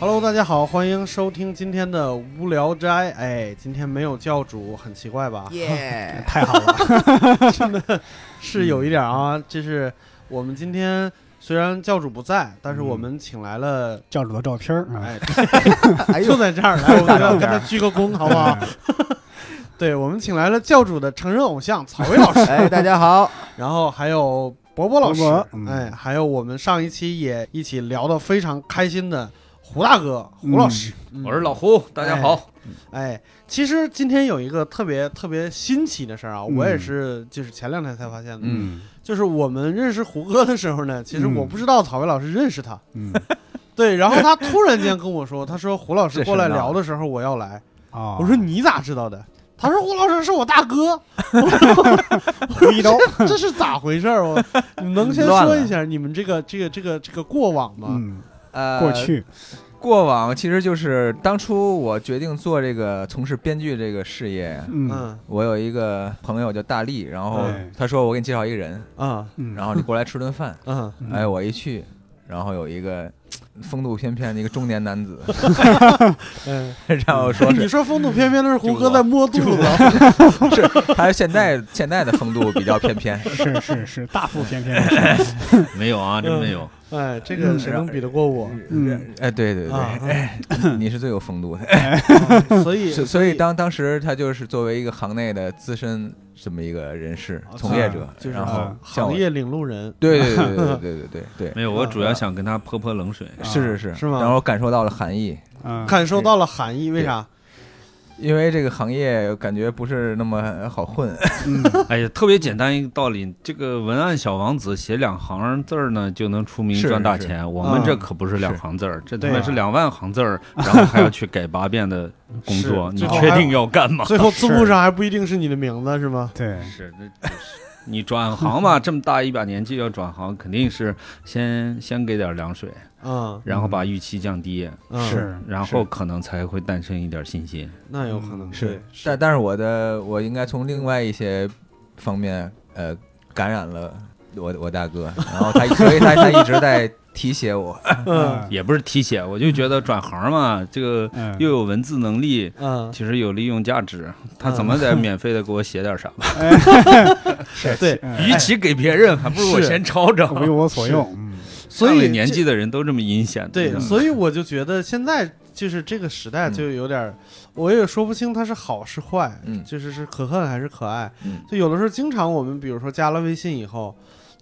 Hello，大家好，欢迎收听今天的无聊斋。哎，今天没有教主，很奇怪吧？！耶 太好 了，真的是有一点嗯啊。就是我们今天虽然教主不在，但是我嗯们请来了，教主的照片儿啊，哎， 哎呦，就哎在这儿，来，我们要照跟片他鞠个躬，好不好？对，我们请来了教主的成人偶像草薇老师，哎，大家好，然后还有博博老师，博博嗯哎，还有我们上一期也一起聊得非常开心的胡大哥，胡老师。嗯我是老胡，大家好。哎，其实今天有一个特别特别新奇的事儿啊，嗯我也是就是前两天才发现的，嗯就是我们认识胡歌的时候呢，其实嗯我不知道草薇老师认识他，嗯，对，然后他突然间跟我 说，他说胡老师这过来是闹的聊的时候我要来，哦，我说你咋知道的？他说胡老师是我大哥，胡一刀， 这这是咋回事儿？我你哎能先乱说了一下你们这个这个这个这个过往吗？嗯，呃，过去过往其实就是当初我决定做这个从事编剧这个事业，嗯嗯我有一个朋友叫大力，然后哎他说我给你介绍一个人，啊嗯，然后你过来吃顿饭。嗯，嗯。哎，我一去，然后有一个嘖风度翩翩的一个中年男 子， 嗯然后说你 是说风度翩翩的是胡就歌我在摸肚子， 是他是现代现代的风度比较翩翩是是是，大腹便 便， 没有啊，真没有。哎，这个谁能比得过我？ 嗯哎，对对对，啊，你是最有风度的。所以嗯所所以当当时他就是作为一个行内的资深这么一个人士啊从业者，就是然后行像我行业领路人，对 对对对对对对没有，我主要想跟他泼泼冷水。对，是是是，啊是吗然后我感受到了寒意，嗯，感受到了含义，为啥？因为这个行业感觉不是那么 好混。嗯哎呀，特别简单一个道理，这个文案小王子写两行字儿呢就能出名是赚大是钱，我们这嗯可不是两行字儿，这他对啊妈是两万行字 儿，然后还要去改八遍的工作，是你最后确还定要干吗？最 后字幕上还不一定是你的名字，是吗？对，是，那就是你转行嘛，这么大一把年纪要转行，肯定是先先给点凉水，嗯，然后把预期降低，嗯，是然后可能才会诞生一点信心。那有可能嗯是，对但但是我的我应该从另外一些方面呃感染了我我大哥，然后他所以他他一直在提携 我。嗯也不是提携，我就觉得转行嘛，这个嗯，又有文字能力，嗯，其实有利用价值。他怎么得免费的给我写点 啥吧？对，与其给别人，还不如我是先抄着。嗯为我所用，嗯所上了以年这纪的人都这么阴险，对，嗯真的嗯所以我就觉得现在就是这个时代就有点儿，我也说不清它是好是坏，嗯就是是可恨还是可爱。嗯就有的时候，经常我们比如说加了微信以后，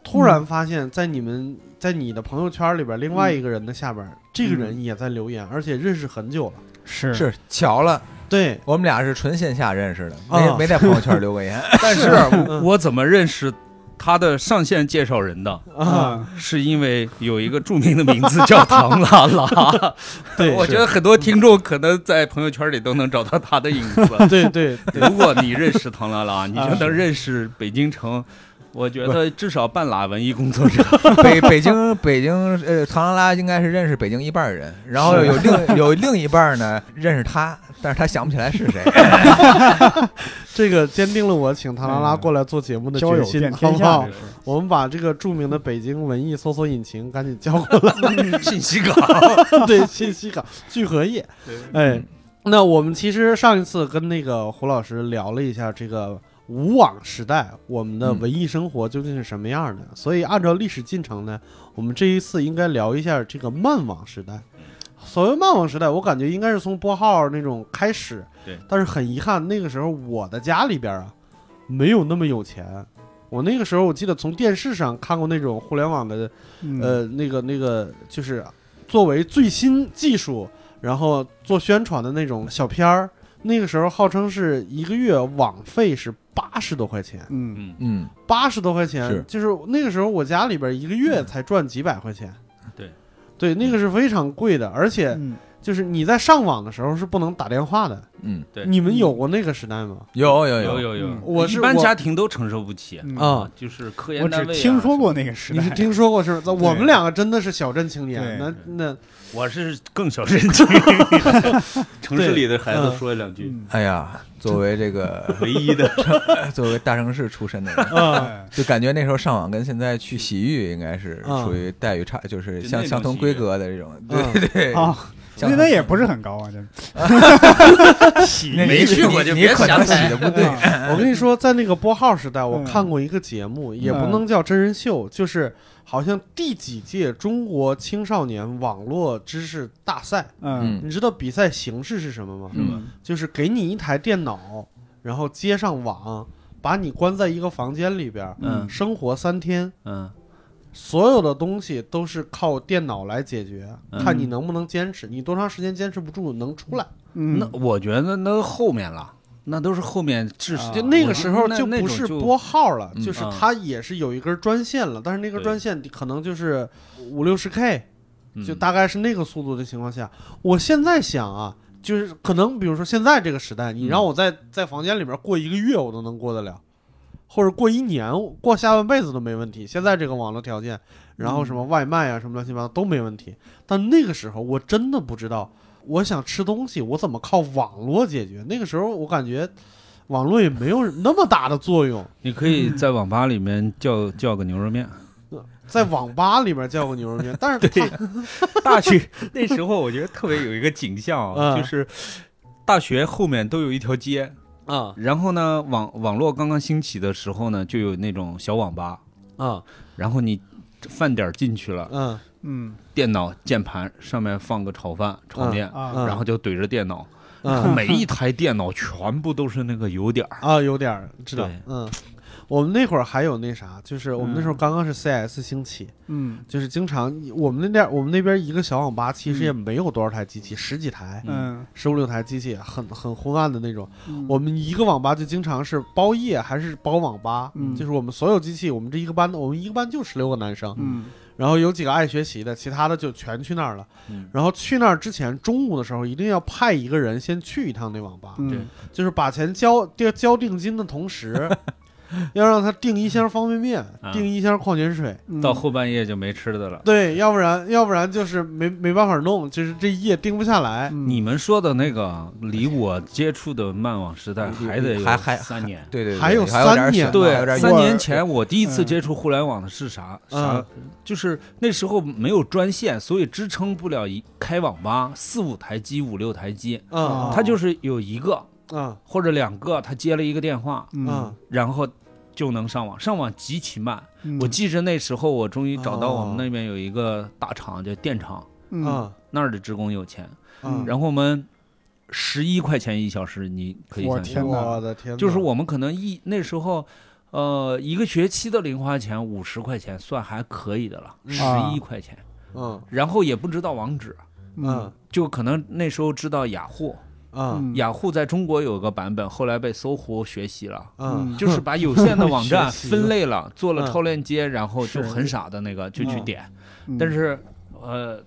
突然发现，在你们在你的朋友圈里边，另外一个人的下边儿，这个人也在留言，而且认识很久了。是是巧了，对，我们俩是纯线下认识的，没、啊没在朋友圈留 过言。但是嗯我怎么认识他的上线介绍人的？啊，，是因为有一个著名的名字叫唐拉拉， 对，我觉得很多听众可能在朋友圈里都能找到他的影子。 对啊对对，如果你认识唐拉 拉，你就能认识北京城。我觉得至少半拉文艺工作者，北北京北京呃，唐拉拉应该是认识北京一半儿人，然后有另有另一半儿呢认识他，但是他想不起来是谁。这个坚定了我请唐拉拉过来做节目的交决友心，遍好天不下好这？是，我们把这个著名的北京文艺搜索引擎赶紧叫过来，信息 港。对信息港聚合页。哎，那我们其实上一次跟那个胡老师聊了一下这个。无网时代，我们的嗯文艺生活究竟是什么样的？所以按照历史进程呢，我们这一次应该聊一下这个漫网时代。所谓漫网时代，我感觉应该是从拨号那种开始。对，但是很遗憾，那个时候我的家里边啊，没有那么有钱。我那个时候我记得从电视上看过那种互联网的嗯呃，那个那个就是呃作为最新技术，然后做宣传的那种小片儿。那个时候号称是一个月网费是八十多块钱，嗯嗯，嗯，八十多块钱是就是那个时候我家里边一个月才嗯赚几百块钱。对，对，那个是非常贵的，而且嗯就是你在上网的时候是不能打电话的。嗯，对你们有过那个时代吗？有有有有，有有嗯，我是一般我家庭都承受不起嗯啊，就是科我研单只位啊。听说过那个时你是代，听说过是吧？我们对两个真的是小镇青年，那对那我是更小镇经历，城市里的孩子说了两句，嗯哎呀，作为这个 唯一的作为大城市出身的人，啊，哎就感觉那时候上网跟现在去洗浴应该是嗯属于待遇差，就是就相那种相同洗浴规格的这种。嗯对对对，啊，江那河那也不是很高啊，这那你没去过你就你别可能想起起的不对，啊我跟你说，在那个拨号时代，我嗯看过一个节目，也不能叫真人秀，就是好像第几届中国青少年网络知识大赛。嗯你知道比赛形式是什么吗？嗯就是给你一台电脑，然后接上网，把你关在一个房间里边，嗯生活三天，嗯所有的东西都是靠电脑来解决，嗯啊看你能不能坚持，你多长时间坚持不住能出来。嗯，那我觉得那后面了，那都是后面知识啊，就那我个时候那就那不种是就拨号了，嗯就是啊它也是有一根专线了，但是那根对专线可能就是五六十 K，就嗯大概是那个速度的情况下，我现在想啊，就是可能比如说现在这个时代，你嗯让我在在房间里边过一个月，我都能过得了，或者过一年，过下半辈子都没问题。现在这个网络条件，然后什么外卖啊，什么乱七八糟都没问题。但那个时候我真的不知道，我想吃东西，我怎么靠网络解决？那个时候我感觉。网络也没有那么大的作用，你可以在网吧里面叫叫个牛肉 面，在网吧里边叫个牛肉面，但是它大学那时候，我觉得特别有一个景象啊，嗯就是大学后面都有一条街，啊然后呢，网网络刚刚兴起的时候呢，就有那种小网吧，啊然后你饭点儿进去了，嗯嗯电脑键盘上面放个炒饭炒面，啊，嗯然后就怼着电脑，嗯，每一台电脑全部都是那个油点儿，啊，有点儿知道对，嗯，我们那会儿还有那啥，就是我们那时候嗯刚刚是 CS 兴起，嗯就是经常我们那边我们那边一个小网吧其实也嗯没有多少台机器，十几台、嗯，十五六台机器，很很昏暗的那种。嗯我们一个网吧就经常是包夜还是包网吧，嗯就是我们所有机器，我们这一个班我们一个班就十六个男生，嗯然后有几个爱学习的，其他的就全去那儿了。嗯然后去那儿之前，中午的时候一定要派一个人先去一趟那网吧，对嗯就是把钱交交交定金的同时，要让他订一箱方便面，啊订一箱矿泉水。嗯到后半夜就没吃的了。对，要不然要不然就是没没办法弄，就是这一夜定不下来。嗯你们说的那个离我接触的漫网时代还得有还还三年，对对，对还有还有点三儿年小还有点对，儿三远年前我第一次嗯接触互联网的是啥？啥嗯？就是那时候没有专线，所以支撑不了一开网吧四五台机、五六台机，嗯他就是有一个嗯或者两个，他接了一个电话，嗯嗯，然后就能上网。上网极其慢，嗯我记着那时候我终于找到我哦们那边有一个大厂，叫电厂，嗯嗯那儿的职工有钱，嗯，然后我们十一块钱一小时，你可以我想象天。哪我的天哪，就是我们可能一那时候，呃，一个学期的零花钱五十块钱算还可以的了，嗯十一块钱，嗯然后也不知道网址，嗯就可能那时候知道雅虎，嗯嗯雅虎在中国有个版本，后来被搜狐学习了。嗯就是把有限的网站 学习了分类了，做了嗯超链接，然后就是很傻的那个就去嗯点，嗯但是呃，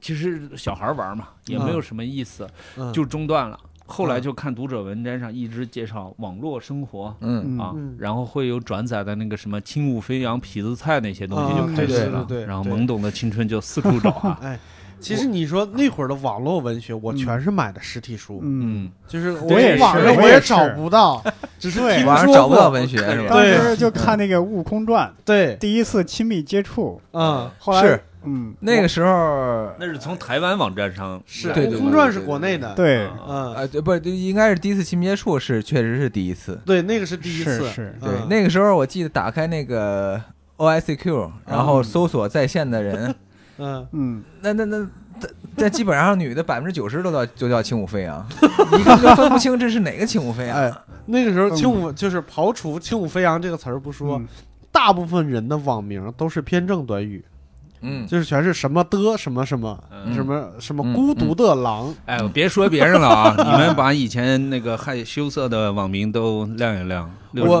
其实小孩玩嘛，也没有什么意思，嗯就中断了。后来嗯就看读者文摘上一直介绍网络生活，嗯，嗯啊嗯，然后会有转载的那个什么轻舞飞扬、痞子菜那些东西就啊开始对了，对对对，然后懵懂的青春就四处找啊哎。其实你说那会儿的网络文学，我全是买的实体书，嗯，嗯，就是我我也是网上我我也是找不到， 只是对听网上嗯说找不过。到文学是吧？当时就看那个《悟空传对》，，第一次亲密接触，嗯，后来是嗯那个时候，那是从台湾网站上啊是对对《对悟空传》是国内的，对嗯，呃，对，不，对应该是第一次亲密接触是确实是第一次。对，那个是第一次，是是对，嗯那个时候我记得打开那个 OICQ，然后搜索在线 的人，嗯，嗯那那那。但基本上女的百分之九十都叫就叫轻舞啊飞扬，你根本就分不清这是哪个轻舞飞啊 扬。哎，那个时候嗯轻舞就是刨除“轻舞飞扬”这个词儿不说，嗯大部分人的网名都是偏正短语，嗯，就是全是什么的什么什么嗯什么什么嗯孤独的狼，哎，我别说别人了啊，你们把以前那个害羞涩的网名都亮一亮，我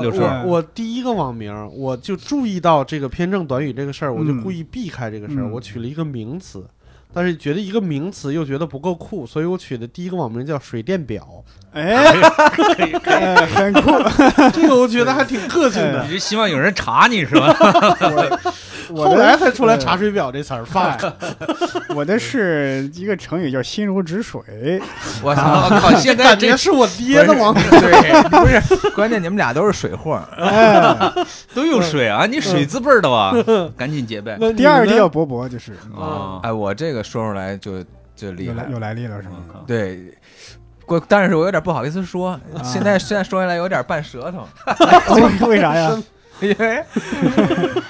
六六叔，我我第一个网名，我就注意到这个偏正短语这个事儿，我就嗯故意避开这个事儿，嗯我取了一个名词，但是觉得一个名词又觉得不够酷，所以我取的第一个网名叫水电表，哎， 哎很酷，这个我觉得还挺个性 的哎。你是希望有人查你是吧？我我后的来才出来查水表这词儿，发我的是一个成语叫心如止水，我操，啊我靠，现在感 这觉是我爹的网名。对，不是，关键你们俩都是水货，啊哎，都有水啊，你嗯水字辈啊 儿的吧？赶紧结呗。那你第二个呢叫勃勃，就是嗯啊啊，哎，我这个说出来就就厉有害来了。有来历了是吗？嗯对，我但是我有点不好意思说，啊现在现在说起来有点半舌头， 为为啥呀？ 因 为，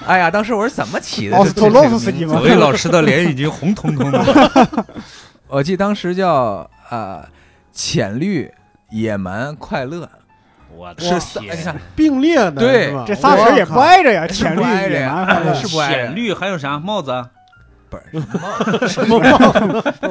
哎呀，当时我是怎么起的奥这斯这特这洛个夫斯基名字吗左？卫老师的脸已经红彤彤 的，我记得当时叫呃浅绿、野蛮、快乐，我是三，哎你看并列的，对是吧这仨词儿也不挨着呀，是浅不绿挨着也呀麻烦了。是不挨浅着，绿还有啥帽子啊？不是什么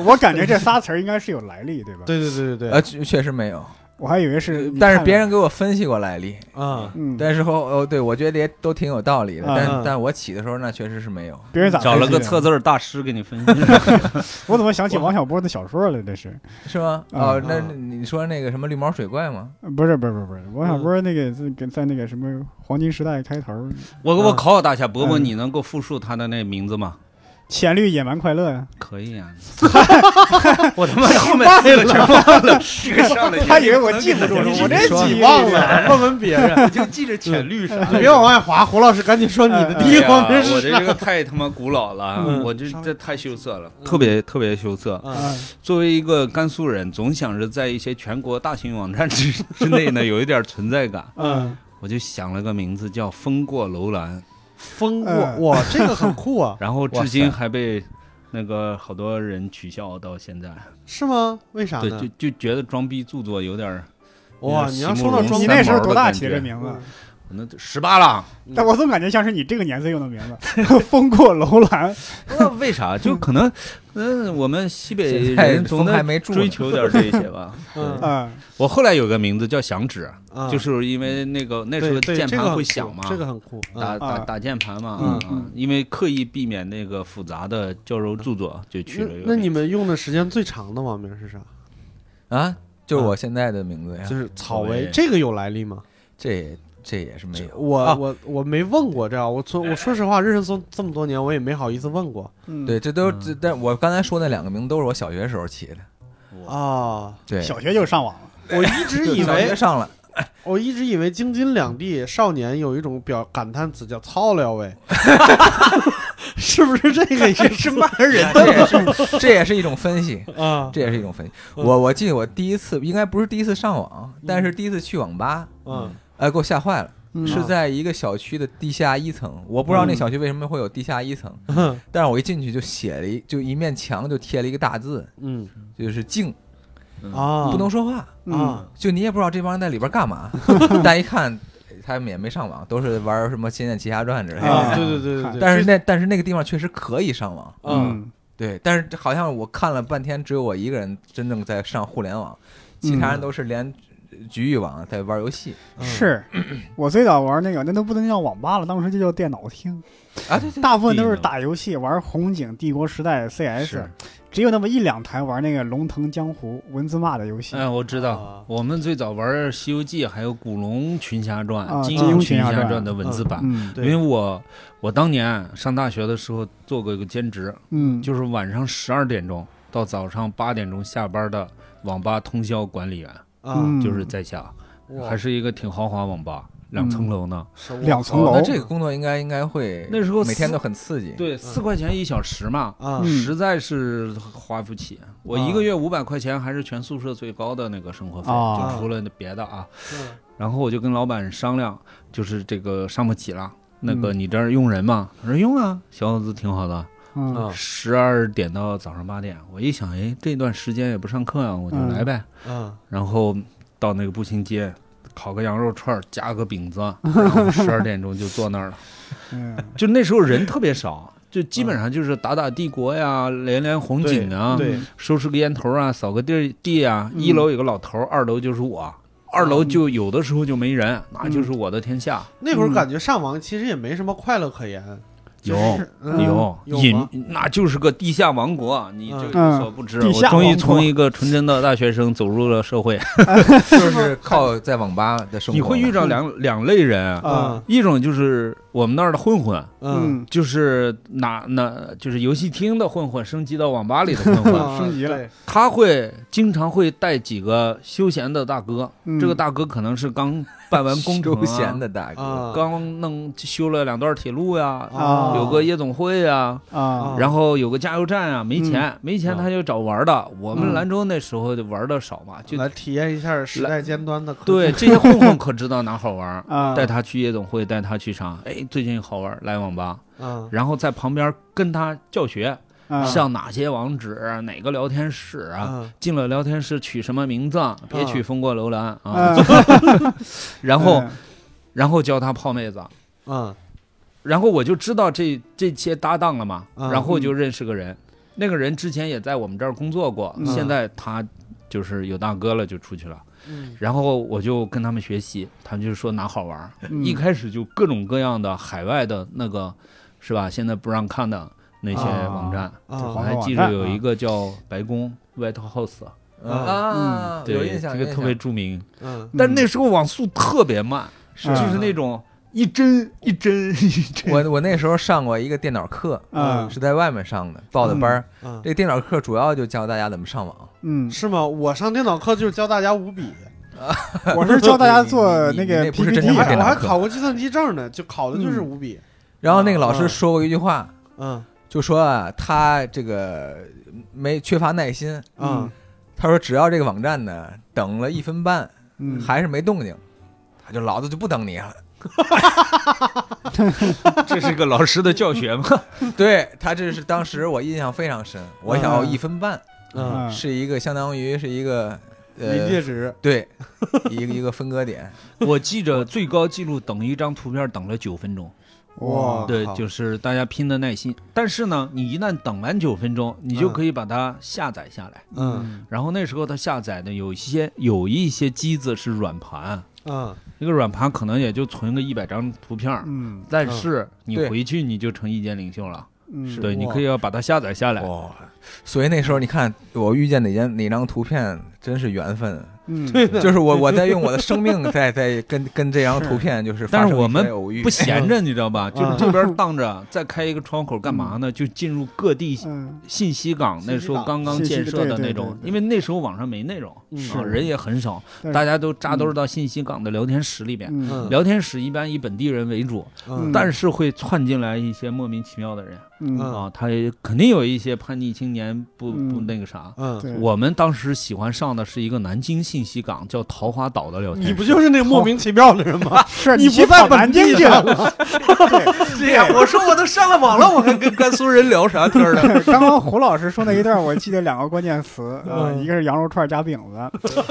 我感觉这仨词儿应该是有来历，对吧？对对对对对，呃，确确实没有，我还以为是，呃但是别，人给我分析过来历，啊，嗯，但是后哦，对我觉得也都挺有道理的，嗯嗯但但我起的时候那确实是没有，别人咋找了分析个的测字儿大师给你分析， 我怎么想起王小波的小说了？这是是吗？嗯哦嗯，那你说那个什么绿毛水怪吗？呃不是不是不是不是王小波那个在在那个什么黄金时代开头，我我考考大家，伯伯，嗯你能给我复述他的那名字吗？浅绿野蛮快乐呀，可以 啊，我他妈后面四个全忘 了，这个上来他以为我记不住了我我这这记忆记你忘啊了，嗯问问别人，我就记着浅绿啥你别往外滑，胡老师赶紧说你的哎地呀方，这是我这个太他妈古老了啊，嗯我这这太羞涩了，嗯特别特别羞涩。嗯啊，作为一个甘肃人，总想着在一些全国大型网站之之内呢，有一点存在感。 嗯，我就想了个名字叫“风过楼兰风过嗯哇，这个很酷啊”，，然后哇至塞今还被那个好多人取笑到现在。是吗？为啥对，呢？就就觉得装逼著作有点儿，哇，你要说到嗯装你你那那时时候候多多大大起起这这名字？我那十八了，嗯但我总感觉像是你这个年岁用的名字， 风过楼兰，不知道为啥，就可能，嗯，我们西北现在人总风还得没住呢，追求点这些吧。嗯嗯，我后来有个名字叫响指，啊就是因为那个那时候对对键这个盘很会酷响嘛，这个很酷，打啊打啊打键盘嘛，嗯啊嗯因为刻意避免那个复杂的矫揉著作，就取了一个那名你们用的时间最长的网名是啥？啊，就是我现在的名哎字呀就，是草草莓莓，这个有来历吗？这也这也是没这有，我、啊我我没问过这样，我从我说实话，认识这这么多年，我也没好意思问过嗯，对，，这都这但我刚才说那两个名字都是我小学时候起的，啊。对，嗯小学就上网了，我一直以小学为， 上了，我一直以为京津两地少年有一种表感叹词叫“操了喂”，是不是这个意思？骂人这也是这也是一种分析，啊这也是一种分析。嗯我我记得我第一次应该不是第一次上网，但是第一次去网吧，嗯哎，给我吓坏了。嗯是在一个小区的地下一层，我不知道那嗯小区为什么会有地下一层，嗯但是我一进去就写了一就一面墙就贴了一个大字，嗯就是静，啊，不能说话，嗯啊就你也不知道这帮人在里边干嘛，但一看他们也没上网，都是玩什么《仙剑奇侠传》之类的。啊，对对对对对，哎但是那但是那个地方确实可以上网，嗯。嗯，对，但是好像我看了半天，只有我一个人真正在上互联网，其嗯他人都是连局域网在玩游戏嗯是我最早玩那个，那都不能叫网吧了，当时就叫电脑厅，啊。对对，大部分都是打游戏，玩红警、帝国时代、CS，是只有那么一两台玩那个龙腾江湖文字骂的游戏。哎，我知啊道，我们最早玩《西游记》，还有《古龙群侠传啊》、金金庸庸群群侠侠传传》的文字版。嗯因为对，我我当年上大学的时候做过一个兼职，嗯，就是晚上十二点钟到早上八点钟下班的网吧通宵管理员，嗯啊，就是在下，哇嗯还是一个挺豪华网吧，两层楼呢。是我两层哦楼那这个工作应该应该会，那时候每天四都很刺激。对，四块钱一小时嘛，啊嗯，实在是花不起。我一个月五百块钱还是全宿舍最高的那个生活费，啊就除了别的啊。嗯然后我就跟老板商量，就是这个上不起了。那个你这儿用人吗？他说用啊，小伙子挺好的。嗯啊十二点到早上八点，我一想，哎，这段时间也不上课啊，我就嗯来呗。嗯然后到那个步行街，烤个羊肉串儿，加个 饼子，然后十二点钟就坐那儿了。嗯就那时候人特别少，就基本上就是打打帝国呀，连连红警啊，对收拾个烟头啊，扫个地地啊。嗯一楼有个老头儿，二楼就是我，二楼就有的时候就没人，那就是我的天下。那会儿感觉上网其实也没什么快乐可言，有就是嗯有有瘾吗，那就是个地下王国，你嗯这个有所不知。嗯地我下终于王国从一个纯真的大学生走入了社会，就是靠在网吧的生活。 你会遇到两两类人，啊啊一种就是我们那儿的混混，嗯，就是哪哪就是游戏厅的混混升级到网吧里的混混，啊升级了，对他会经常会带几个休闲的大哥，嗯这个大哥可能是刚办完工 程、啊，周闲的大哥，啊，刚弄修了两段铁路呀，啊有个夜总会呀，啊，然后有个加油站啊，没钱、没钱啊他就找玩的。我们嗯，兰州那时候就玩的少嘛，就来体验一下时代尖端的科技对 这些混混可知道哪好玩啊，带他去夜总会，带他去啥？哎，最近好玩，来网吧，啊然后在旁边跟他教学，啊上哪些网址，啊哪个聊天室啊？啊进了聊天室取什么名字啊？嗯别取风过楼兰啊！啊，然嗯后，然后教他泡妹子，啊然后我就知道这这些搭档了嘛，嗯啊然后就认识个人，那个人之前也在我们这儿工作过，嗯现在他就是有大哥了，就出去了。嗯然后我就跟他们学习，他们就说哪好玩儿，嗯一开始就各种各样的海外的那个，是吧？现在不让看的那些啊网站，我啊好还记得网站有啊一个叫白宫 （White House），啊，有对，印象，这个特别著名。嗯嗯但那时候网速特别慢，是就是那种一帧一帧一帧。我我那时候上过一个电脑课，啊是在外面上的，报的班嗯儿。啊这，个电脑课主要就教大家怎么上网。嗯，是吗？我上电脑课就是教大家五笔，我是教大家做你你个你那不是真 PPT，正我的还电我脑还课考过计算机证呢，就考的就是五笔。然后那个老师啊说过一句话，嗯就说啊，他这个没缺乏耐心。嗯他说只要这个网站呢等了一分半嗯，还是没动静，他就老子就不等你了。 这是个老师的教学吗？对他这是当时我印象非常深，我想要一分半嗯，啊是一个相当于是一个临呃界值对 一个一个分割点。我记着最高记录等一张图片等了九分钟，哇对，好就是大家拼的耐心。但是呢，你一旦等完九分钟，你就可以把它下载下来。嗯然后那时候它下载的有一些有一些机子是软盘，嗯那个软盘可能也就存个一百张图片儿。嗯但是你对回去你就成意见领袖了，嗯，是对，哇你可以要把它下载下来。哇！所以那时候你看，我遇见哪张哪张图片真是缘分，啊嗯，对的，就是我我在用我的生命 在在跟跟这张是图片就是发但是生我一些们偶遇不闲着，你知道吧？嗯就是这边荡着，再开一个窗口干嘛呢？就进入各地嗯信息港，那时候刚刚建设的那种信息港信息对对对，对因为那时候网上没内容，嗯啊，人也很少，但是大家都扎堆儿到信息港的聊天室里边。嗯嗯聊天室一般以本地人为主，嗯但是会窜进来一些莫名其妙的人嗯，啊，他也肯定有一些叛逆青年不嗯不那个啥。嗯，对，我们当时喜欢上的是一个南京信息港，叫桃花岛的聊天室。你不就是那个莫名其妙的人吗？是你不先在跑南本京地去上了，了， 对呀，我说我都上了网了，我还跟甘肃人聊啥天儿 呢？刚刚胡老师说那一段，我记得两个关键词，呃，嗯一个是羊肉串夹饼子，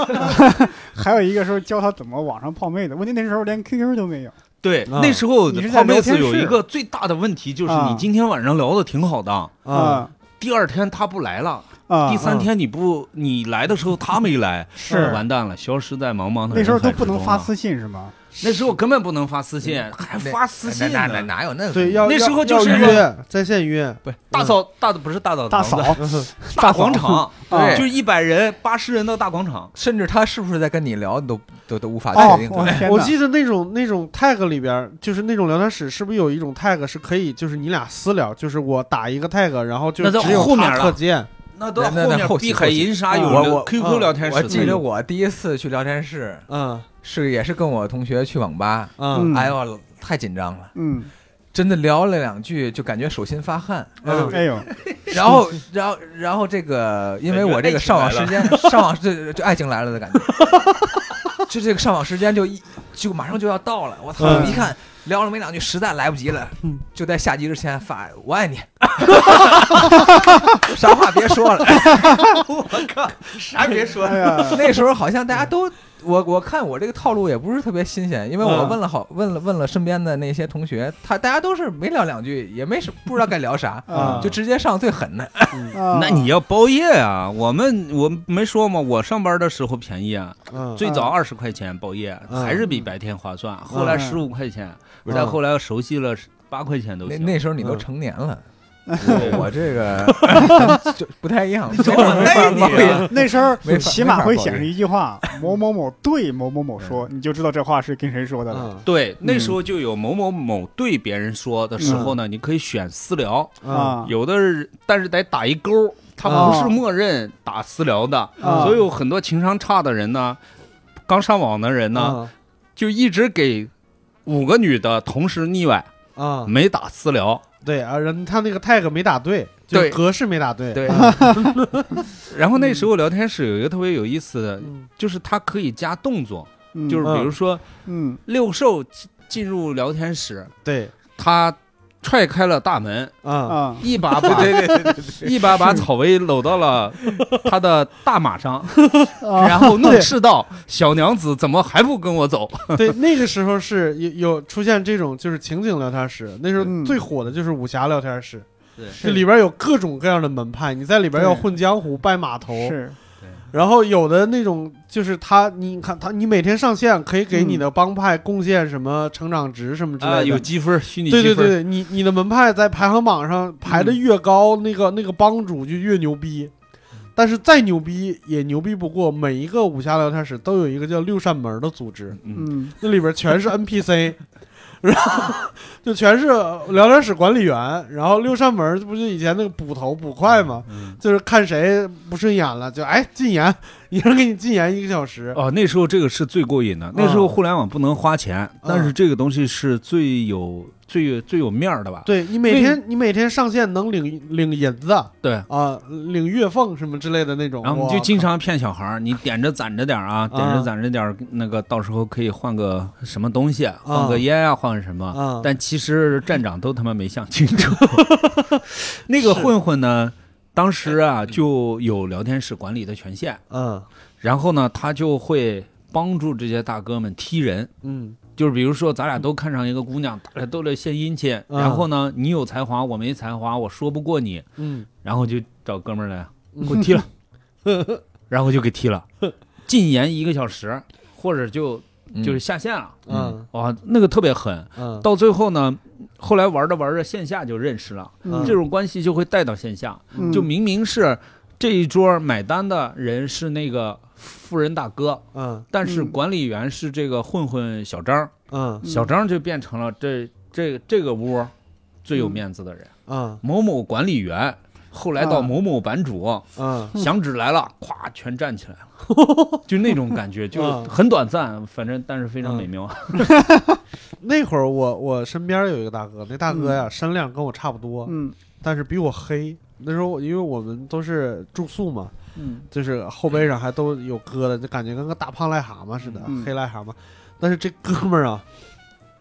还有一个说教他怎么网上泡妹的。问题那时候连 QQ 都没有，对，啊那时候你是在泡妹聊子天有一室个最大的问题就是，啊你今天晚上聊的挺好的， 啊啊第二天他不来了，啊，第三天你不你来的时候他没来， 是完蛋了，消失在茫茫的那时候人海都之不能中发了，私嗯信是吗？那时候根本不能发私信，还发私信哪哪呢。哪有那个？对，要那时候要就是要约在线约，大嫂大不是大澡大堂子嫂，大大广嫂 啊场，对就是一百人八十人的大广场。甚至他是不是在跟你聊，你都都都无法哦确，定。我天我哪记得那种那种 tag 里边儿，就是那种聊天室，是不是有一种 tag 是可以，就是你俩私聊，就是我打一个 tag，然后就那到只有后面他了可见那到那那那面后期碧海银啊沙有后期人我我 QQ 聊天我室才记得有，我第一次去聊天室，嗯是也是跟我同学去网吧，嗯嗯哎呦，太紧张了，嗯，真的聊了两句就感觉手心发汗。嗯哎呦，然后，然后，然后这个，因为我这个上网时间， 上网就就爱情来了的感觉， 就这个上网时间就一就马上就要到了，我操！嗯一看聊了没两句，实在来不及了，就在下集之前发“我爱你”， 啥话别说了。啥别说哎呀， 那时候好像大家都，我我看我这个套路也不是特别新鲜，因为我嗯问了好问了问了身边的那些同学，他大家都是没聊两句，也没什不知道该聊 啥，啊就直接上最狠 的。啊那你要包夜啊？我们我没说吗？我上班的时候便宜啊，嗯最早二十块钱包夜，还是比白天划算。后来十五块钱，嗯再后来熟悉了八块钱都那行。那时候你都成年了，嗯 我我这个 就不太一样，这我没法你冒烟那时候没法起码会没法显报示一句话：某某某对某某某说，你就知道这话是跟谁说的了。嗯对，那时候就有某某某对别人说的时候呢，你可以选私聊，啊啊有的是但是得打一勾，他不是默认打私聊的，啊所以有很多情商差的人呢，刚上网的人呢，啊就一直给五个女的同时腻歪，啊，没打私聊。对啊，人他那个 tag 没打对，就对格式没打对，啊对，然后那时候聊天室有一个特别有意思的，嗯就是它可以加动作，嗯就是比如说嗯六兽进进入聊天室，对他踹开了大门，啊啊一把 把一把把草薇搂到了他的大马上，啊然后怒斥道：“小娘子怎么还不跟我走对，那个时候是有有出现这种就是情景聊天室，那时候嗯最火的就是武侠聊天室，是这里边有各种各样的门派，你在里边要对混江湖、拜码头，是然后有的那种就是他，你看他，你每天上线可以给你的帮派贡献什么成长值什么？”之类的。嗯啊，有积分，虚拟对积对对分。嗯对，你你的门派在排行榜上排的越高，那个那个帮主就越牛逼。但是再牛逼也牛逼不过每一个武侠聊天室都有一个叫六扇门的组织，嗯，嗯那里边全是 NPC，然后就全是聊天室管理员。然后六扇门不就以前那个捕头捕快吗？嗯就是看谁不顺眼了，就哎禁言，一人给你禁言一个小时。哦，那时候这个是最过瘾的。那时候互联网不能花钱，但是这个东西是最有最最有面儿的吧？对你每天你每天上线能领领银子啊、对。领月俸什么之类的那种，然后我们就哇经常骗小孩儿，你点着攒着点儿啊，点着攒着点儿，那个到时候可以换个什么东西，换个烟啊，换个什么。啊，但其实站长都他妈没想清楚。那个混混呢，当时啊就有聊天室管理的权限，嗯然后呢，他就会帮助这些大哥们踢人。嗯就是比如说，咱俩都看上一个姑娘，大家都得献殷勤。嗯然后呢，你有才华，我没才华，我说不过你，嗯然后就找哥们儿来嗯给我踢了， 然后就给踢了，禁言一个小时，或者就就是下线了。嗯哇，那个特别狠。嗯，到最后呢，后来玩着玩着，线下就认识了，嗯这种关系就会带到线下。嗯就明明是这一桌买单的人是那个富人大哥，嗯但是嗯管理员是这个混混小张，嗯小张就变成了这这这个屋最有面子的人，嗯某某管理员。后来到啊某某版主，嗯，响指来了，咵，全站起来了， 就那种感觉，就啊很短暂，反正但是非常美妙。那会儿我我身边有一个大哥，那大哥呀身量跟我差不多，嗯但是比我黑。那时候我因为我们都是住宿嘛，嗯就是后背上还都有疙瘩，就感觉跟个大胖癞蛤蟆似的，嗯黑癞蛤蟆。但是这哥们儿啊，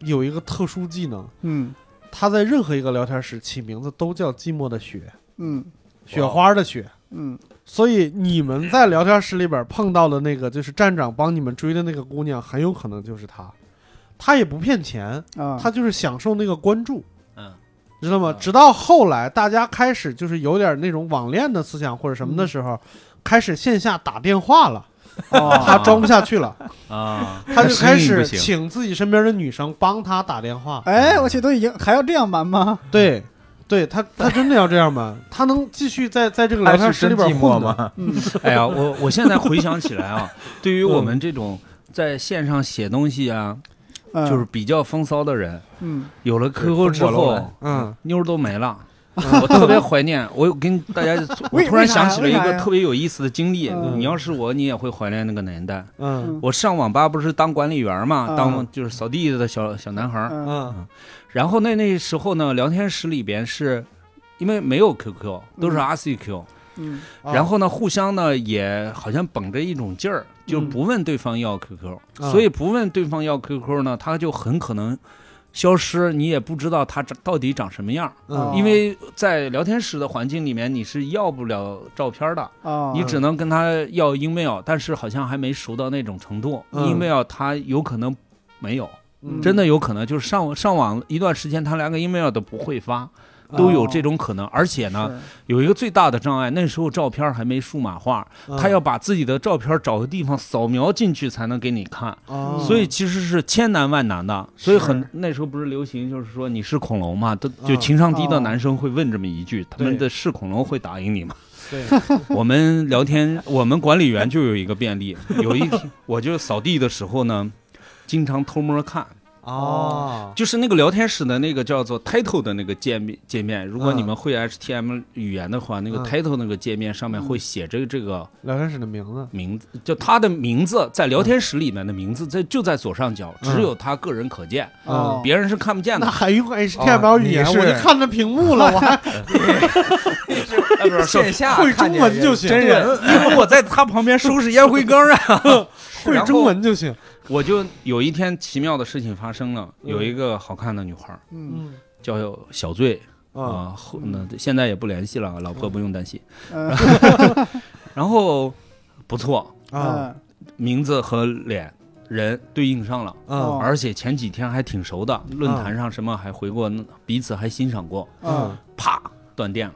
有一个特殊技能，嗯他在任何一个聊天室起名字都叫寂寞的雪，嗯雪花的雪。嗯所以你们在聊天室里边碰到的那个，就是站长帮你们追的那个姑娘，很有可能就是她。她也不骗钱，啊，她就是享受那个关注，嗯，知道吗？嗯直到后来大家开始就是有点那种网恋的思想或者什么嗯的时候，开始线下打电话了，哦 她装不下去了。啊，他就开适应始不行请自己身边的女生帮他打电话。哎，我去，都已经还要这样玩吗？对，对他，他真的要这样吗？他能继续在在这个聊还天是室里真边寂寞混吗？？ 嗯哎呀，我我现在回想起来 啊，对于我们这种在线上写东西啊，嗯就是比较风骚的人，嗯有了 QQ 之风火轮后，嗯妞儿都没 了。我特别怀念，我跟大家，我为突然想起了一为啥个呀特别有意思的经历。嗯你要是我，你也会怀念那个年代。嗯嗯我上网吧不是当管理员嘛，嗯当就是扫地的小小男孩儿。嗯嗯然后那那时候呢，聊天室里边是因为没有 QQ，都是嗯 RCQ。嗯啊然后呢，互相呢也好像绷着一种劲儿，就嗯不问对方哦要 QQ，、啊所以不问对方要 QQ 呢，他就很可能消失，你也不知道他长到底长什么样儿。嗯哦因为在聊天室的环境里面，你是要不了照片的，啊，你只能跟他要 email，但是好像还没熟到那种程度、嗯 e m a i l 他有可能没有，嗯真的有可能就是上上网一段时间，他连个 email 都不会发，啊都有这种可能。而且呢，是有一个最大的障碍，那时候照片还没数码化，嗯啊他要把自己的照片找个地方扫描进去才能给你看，啊，所以其实是千难万难的。所以很是那时候不是流行就是说你是恐龙嘛，都啊就情商低的哦男生会问这么一句，他们的是恐龙会答应你吗？对， 我们聊天，我们管理员就有一个便利，有一天我就扫地的时候呢，经常偷摸看，啊，就是那个聊天室的那个叫做 title 的那个界面界面，如果你们会 HTML 语言的话，那个嗯 title 那个界面上面会写着这个聊天室的名字名字，就他的名字在聊天室里面的名字在就在左上角，嗯只有他个人可见，哦别人是看不见那的。哦还用 HTML 语言？你我是就看着屏 幕了，我还线下会看中见文就行，真人，因为我 在他旁边收拾烟灰缸啊，会中文就行。我就有一天奇妙的事情发生了，有一个好看的女孩儿嗯嗯叫小醉啊啊，后那现在也不联系了，老婆不用担心。嗯然后不错，啊嗯名字和脸人对应上了，啊哦而且前几天还挺熟的，论坛上什么还回过，彼此还欣赏过，嗯，啪断电了。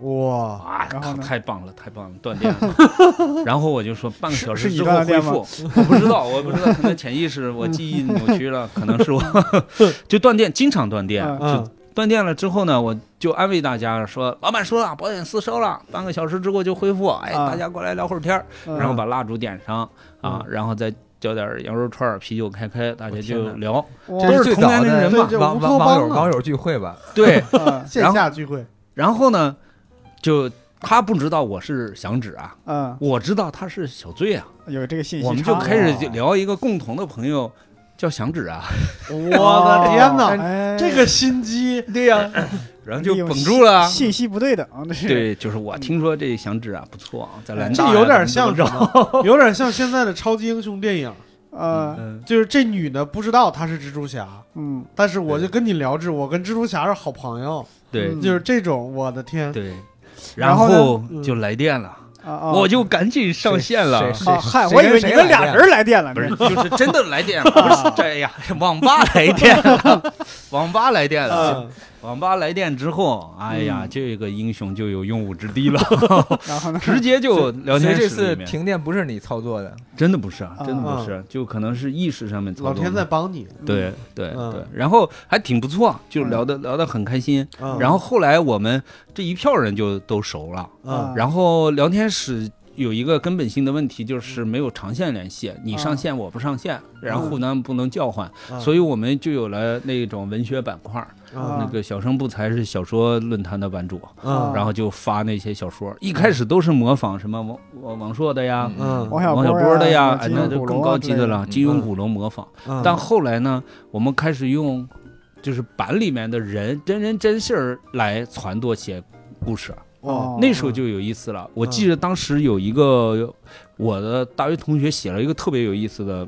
哇啊，哦然后呢太棒了，太棒了，断电了。 然后我就说半个小是时你之后断的恢电吗复，我不知道，我不知道，可能潜意识我记忆扭曲了，可能是我 就断电，经常断电。嗯啊断电了之后呢，我就安慰大家说，老板说了，保险丝收了，半个小时之后就恢复。哎，啊大家过来聊会儿天儿，嗯然后把蜡烛点上啊嗯，然后再。叫点羊肉串儿、啤酒开开，大家我天就哪聊。 这哇这是是最最早的早的对这网乌托邦网网友啊网友聚会吧？对，嗯线下聚会然后呢，就他不知道我是响指啊，嗯，我知道他是小醉啊，有这个信息差，我们就开哦始就聊一个共同的朋友，叫响指啊，我的哦天哪，哎这个心机对呀、然后哎就绷住了啊。信息不对等，这是对，就是我听说这响指啊不错啊，在兰这大呀有点像怎么什怎么么？ 有点像现在的超级英雄电影，着呃嗯就是这女的不知道她是蜘蛛侠，嗯，但是我就跟你聊这，我跟蜘蛛侠是好朋友，对嗯就是这种，我的天，对，然后呢后嗯就来电了，啊啊，我就赶紧上线了谁。谁啊嗨，谁我以为谁你们来俩电人来电了呢，不是，就是真的来电了，不是这呀， 网吧来电了，网吧来电了，嗯网吧来电之后，哎呀，嗯这个英雄就有用武之地了，然 后呢？直接就聊所以天这室次里面。停电不是你操作的，真的不是啊，啊真的不是，就可能是意识上面操老纵的天在帮你，对对嗯对，然后还挺不错，就聊的聊得很开心。嗯然后后来我们这一票人就都熟了，嗯然后聊天室。有一个根本性的问题就是没有长线联系，你上线我不上线，然后互相不能叫唤，嗯所以我们就有了那种文学板块。嗯那个小生不才是小说论坛的版主，嗯然后就发那些小说，一开始都是模仿什么王王王朔的呀，嗯嗯王小王波小啊波的呀，哎金那庸就古龙更啊高之级类的的了，金庸古龙模仿。嗯但后来呢，我们开始用就是版里面的人真人真事儿来传播写故事，啊哦那时候就有意思嗯了。我记得当时有一个我的大学同学写了一个特别有意思的。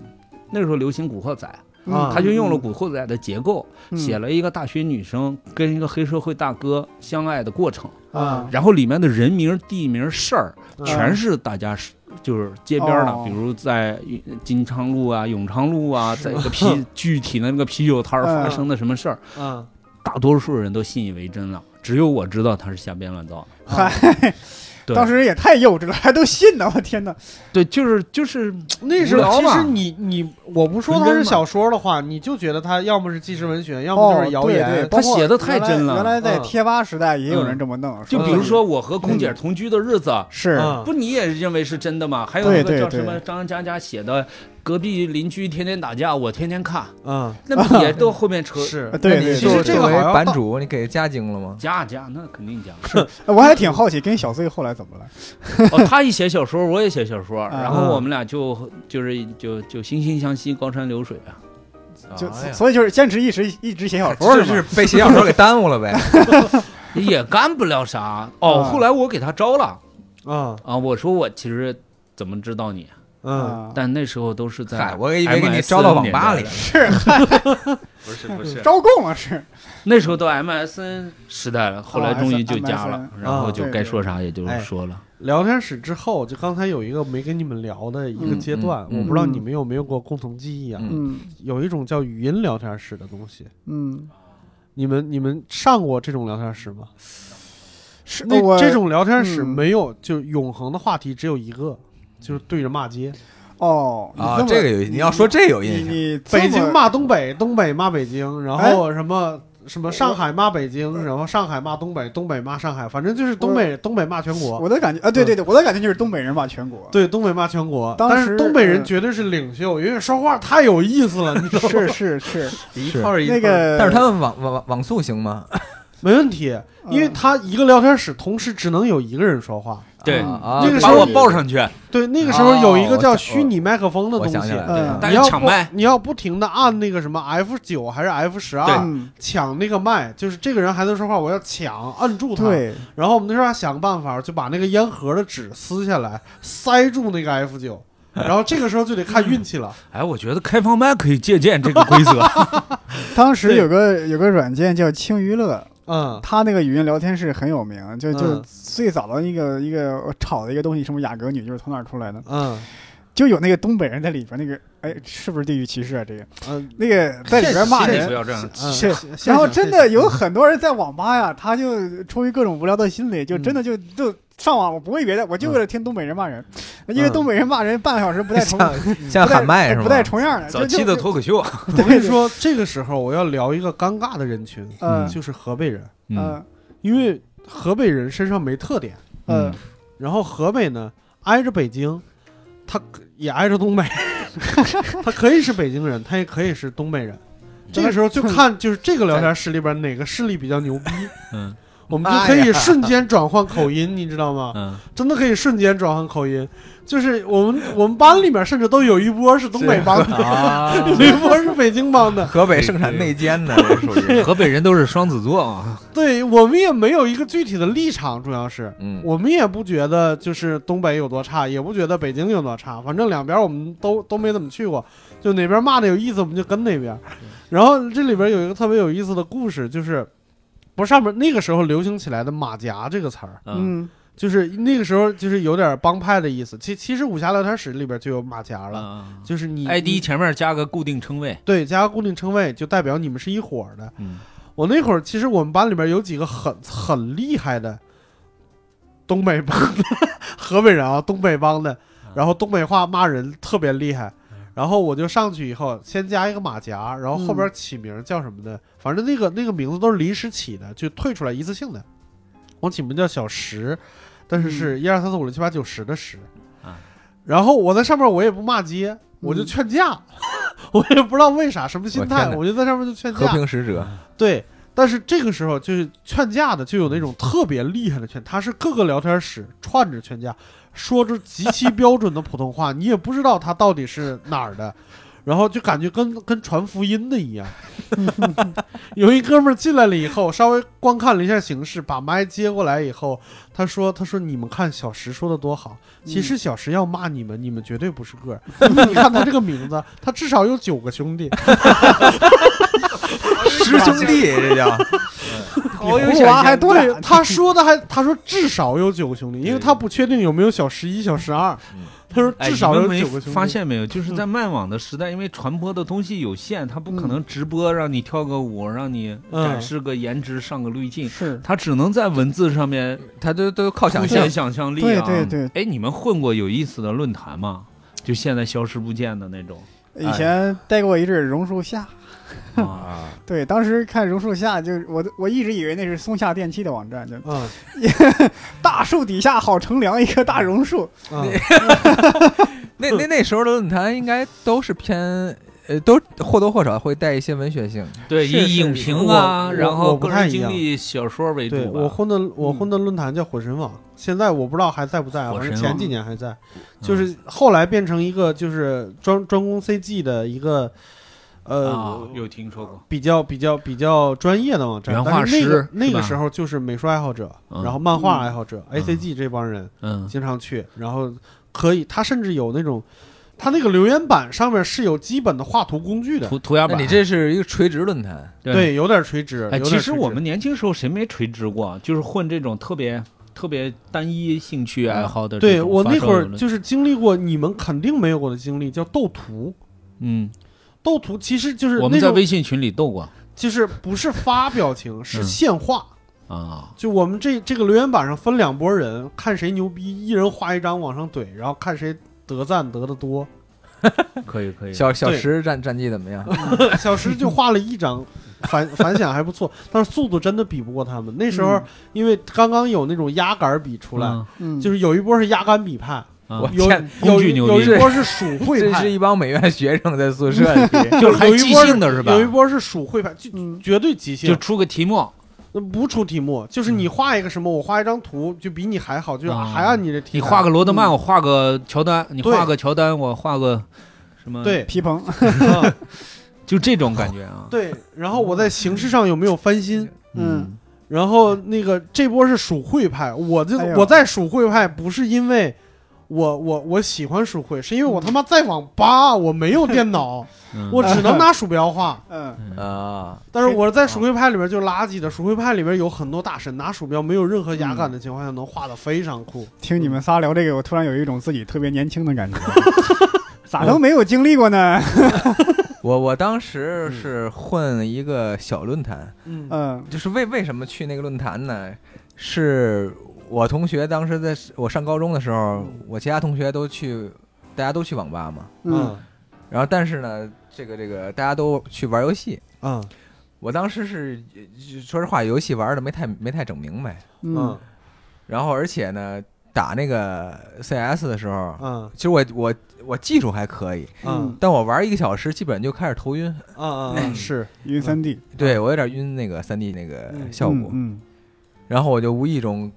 那时候流行《古惑仔》，嗯啊他就用了《古惑仔》的结构，写了了一个大学女生跟一个黑社会大哥相爱的过程，啊然后里面的人名、地名、事儿嗯全是大家是就是街边儿的，哦比如在金昌路啊、永昌路啊，在一个啤具体的那个啤酒摊儿发生的什么事儿，嗯大多数人都信以为真了，只有我知道他是瞎编乱造的。嗯嗨， 对当时也太幼稚了，还都信呢，我天哪！对，就是就是那时候无聊其嘛实你你我不说它是小说的话，你就觉得它要么是纪实文学，要么就是谣哦对对言。他包括写的太原来真原了。嗯来在嗯贴吧时代也有人这么弄，就比如说我和空姐嗯同居的日子，是嗯不你也认为是真的吗？还有对那个对叫什么对张嘉佳写的，隔壁邻居天天打架，我天天看，嗯，那不也都后面扯是呃对那你对其实就对，这作个为好像版到主，你给加精了吗？加加那肯定加。呃我还挺好奇，跟小 Z 后来怎么了？ 哦，他一写小说，我也写小说，啊然后我们俩就就是就就惺惺相惜，高山流水啊。就哎呀所以就是坚持一直一直写小 说就是是吗？被写小说给耽误了呗。也干不了啥哦。啊后来我给他招了嗯啊，我说我其实怎么知道你，嗯啊但那时候都是在嗨，我以为给你招到网吧里 MSN 年代，是不是不是，招供了啊是，那时候都 MSN 时代了，后来终于就加了， MSN 然后就啊该说啥也就哎说了。聊天室之后，就刚才有一个没跟你们聊的一个阶段，嗯嗯嗯我不知道你们有没有过共同记忆啊？嗯嗯有一种叫语音聊天室的东西，嗯你们你们上过这种聊天室吗？是那我这种聊天室嗯没有，就永恒的话题只有一个，就是对着骂街。哦你啊，么这个有你要说这有你印象，你这北京么哎骂东北，东北骂北京，然后什么什么上海骂北京，然后上海骂东北，东北骂上海，反正就是东北东北骂全国。我的感觉啊，对对嗯对，我的感觉就是东北人骂全国。对，东北骂全国，当但时嗯是东北人绝对是领袖，因为说话太有意思了，你知道吗？ 是是是，一套儿一套那儿个，但是他们网网网速行吗？没问题，嗯因为他一个聊天室同时只能有一个人说话。 对啊啊那个时把候我抱上去，对，那个时候哦有一个我叫想虚拟麦克风的我东想西起，来嗯了，大你家要抢不麦，你要不停的按那个什么 F 九还是 F 十二嗯，抢那个麦，就是这个人还在说话，我要抢，摁住他。对，然后我们那时候还想个办法，就把那个烟盒的纸撕下来，塞住那个 F 九，然后这个时候就得看运气了。哎，我觉得开放麦可以借鉴这个规则。当时对有个有个软件叫轻娱乐，嗯，它那个语音聊天室很有名，就就嗯最早的一个一个我炒的一个东西，什么雅阁女就是从哪儿出来的，嗯就有那个东北人在里边，那个哎，是不是地域歧视啊？这个嗯那个在里边 骂谢谢你谢不人。要这样，嗯，是谢谢谢然后真的谢有很多人在网吧呀，他就出于各种无聊的心理，就嗯真的就就上网，我不为别的，我就为了听东北人骂人，因为嗯东北人骂人半个小时不带重，像像不带喊麦是吗？不带重样的。早期的脱口秀，我跟你 说，这个时候我要聊一个尴尬的人群，嗯就是河北人，嗯嗯因为河北人身上没特点，嗯，然后河北呢挨着北京，他也挨着 东北，他可以是北京人，他也可以是东北人。这个时候就看就是这个聊天室里边哪个势力比较牛逼，嗯我们就可以瞬间转换口音，你知道吗？嗯，真的可以瞬间转换口音，就是我们我们班里面甚至都有一波是东北帮的，啊，有一波是北京帮的。河北盛产内奸呢，这属于。河北人都是双子座啊，对我们也没有一个具体的立场，主要是嗯，我们也不觉得就是东北有多差，也不觉得北京有多差，反正两边我们都都没怎么去过，就哪边骂的有意思，我们就跟哪边。然后这里边有一个特别有意思的故事，就是不是上面那个时候流行起来的“马甲”这个词儿，嗯就是那个时候就是有点帮派的意思。其其实武侠聊天室里边就有马嗯甲了，了就是你，ID 你前面加个固定称谓，对加个固定称谓，就代表你们是一伙儿的。嗯我那会儿其实我们班里边有几个很很厉害的东北帮的 河北人啊，东北帮的，啊然后东北话骂人特别厉害。嗯然后我就上去以后，先加一个马甲，然后后边起名叫什么的，反正那个那个名字都是临时起的，就退出来一次性的。我起名叫小石，但是是一二三四五六七八九十的十啊。然后我在上面我也不骂街，我就劝架，我也不知道为啥什么心我天态，哪我就在上面就劝架。和平使者，对，但是这个时候就是劝架的，就有那种特别厉害的劝，他是各个聊天室串着劝架，说着极其标准的普通话，你也不知道他到底是哪儿的。然后就感觉跟跟传福音的一样，有一哥们儿进来了以后，稍微观看了一下形势，把麦接过来以后，他说：“他说你们看小石说的多好，其实小石要骂你们，你们绝对不是个儿。你看他这个名字，他至少有九个兄弟，师兄弟，这叫 我有娃还多对啊 俩，，他说的还他说至少有九个兄弟，因为他不确定有没有小十一、小十二嗯，他说哎至少有你们没九个兄弟。发现没有？就是在卖网的时代，因为传播的东西有限，他不嗯可能直播让你跳个舞，让嗯你展示个颜值，上个滤镜，是他只能在文字上面他都都靠想凸象显，想象力对啊。对对，哎，你们混过有意思的论坛吗？就现在消失不见的那种以前待过一阵儿榕树下。啊，啊，对，当时看榕树下，就是我都我一直以为那是松下电器的网站，就嗯大树底下好乘凉，一棵大榕树。 嗯，那那那时候的论坛应该都是偏呃，都或多或少会带一些文学性。对，是以是影评啊，我然我后不个太人一经样历、小说为对主吧。我混的我混的论坛叫火神网，现在我不知道还在不在啊，火反神正网嗯前几年还在， 就是后来变成一个就是专专攻 CG 的一个啊呃，有听说过，比较比较比较专业的网站原。画但是那个师那是个吧时候就是美术爱好者，嗯然后漫画爱好者嗯 ACG 这帮人，嗯，经常去，然后可以，他甚至有那种，他那个留言板上面是有基本的画图工具的，涂涂鸦那板。你这是一个垂直论坛，对，有点垂直。哎，有点其垂直实我们年轻时候谁没垂直过？啊就是混这种特别特别单一兴趣爱好的这对种我发那烧会儿友的就是经历过你们肯定没有过的经历，叫斗图。嗯，斗图其实就是我那们在嗯种微信群里斗过，就是不是发表情，是现画。 啊，就我们这这个留言板上分两拨人，看谁牛逼，一人画一张往上怼，然后看谁得赞得的多。可以可以，小小对石战战绩怎么样？ 小石就画了一张，反反响还不错，但是速度真的比不过他们。那时嗯候、因为刚刚有那种压杆笔出来， 嗯，就是有一波是压杆笔派，啊我有天有工具一牛有逼一波是 属会这派是，一帮美院学生在宿舍里，就是 还有一即波兴的是吧？有一波是属会派，就嗯绝对即就兴，出个题目，不出题目，就是你画一个什么，我画一张图，就比你还好，就啊还按你这题你来。画个罗德曼，我画个乔丹，你画个乔丹，我画个什么？， 对皮蓬， 就这种感觉啊。对，然后我在形式上有没有翻新？嗯然后那个这波是属会派，我就、哎呦我在属会派不是因为我我我喜欢属会，是因为我他妈在网吧我没有电 脑，嗯，我只能拿鼠标 画。嗯，嗯啊，但是我在鼠会派里边就垃圾的，鼠会派里边有很多大神拿鼠标没有任何雅感的情况下能画的非常酷。听你们仨聊这个，我突然有一种自己特别年轻的感觉， 咋都没有经历过呢？我我当时嗯是混一个小论坛，嗯嗯就是为为什么去那个论坛呢？是我同学当时在我上高中的时候，我其他同学都去，大家都去网吧嘛，嗯然后但是呢，这个这个大家都去玩游戏。嗯我当时是呃说实话，游戏玩的没太没太整明白，嗯嗯然后而且呢，打那个 CS 的时候，嗯其实我我我技术还可以，嗯但我玩一个小时，基本就开始头晕，嗯嗯，是晕三 D 对我有点晕那个三 D 那个啊嗯效果，嗯然后我就无意中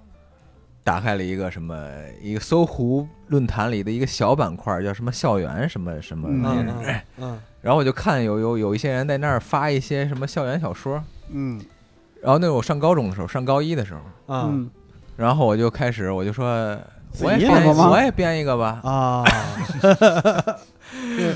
打开了一个什么一个搜狐论坛里的一个小板块，叫什么校园什么什么嗯那嗯个，嗯嗯然后我就看有有有一些人在那儿发一些什么校园小说，嗯然后那是我上高中的时候，上高一的时候，嗯嗯然后我就开始我就说。自己我也也编有吗我也编一个吧，啊，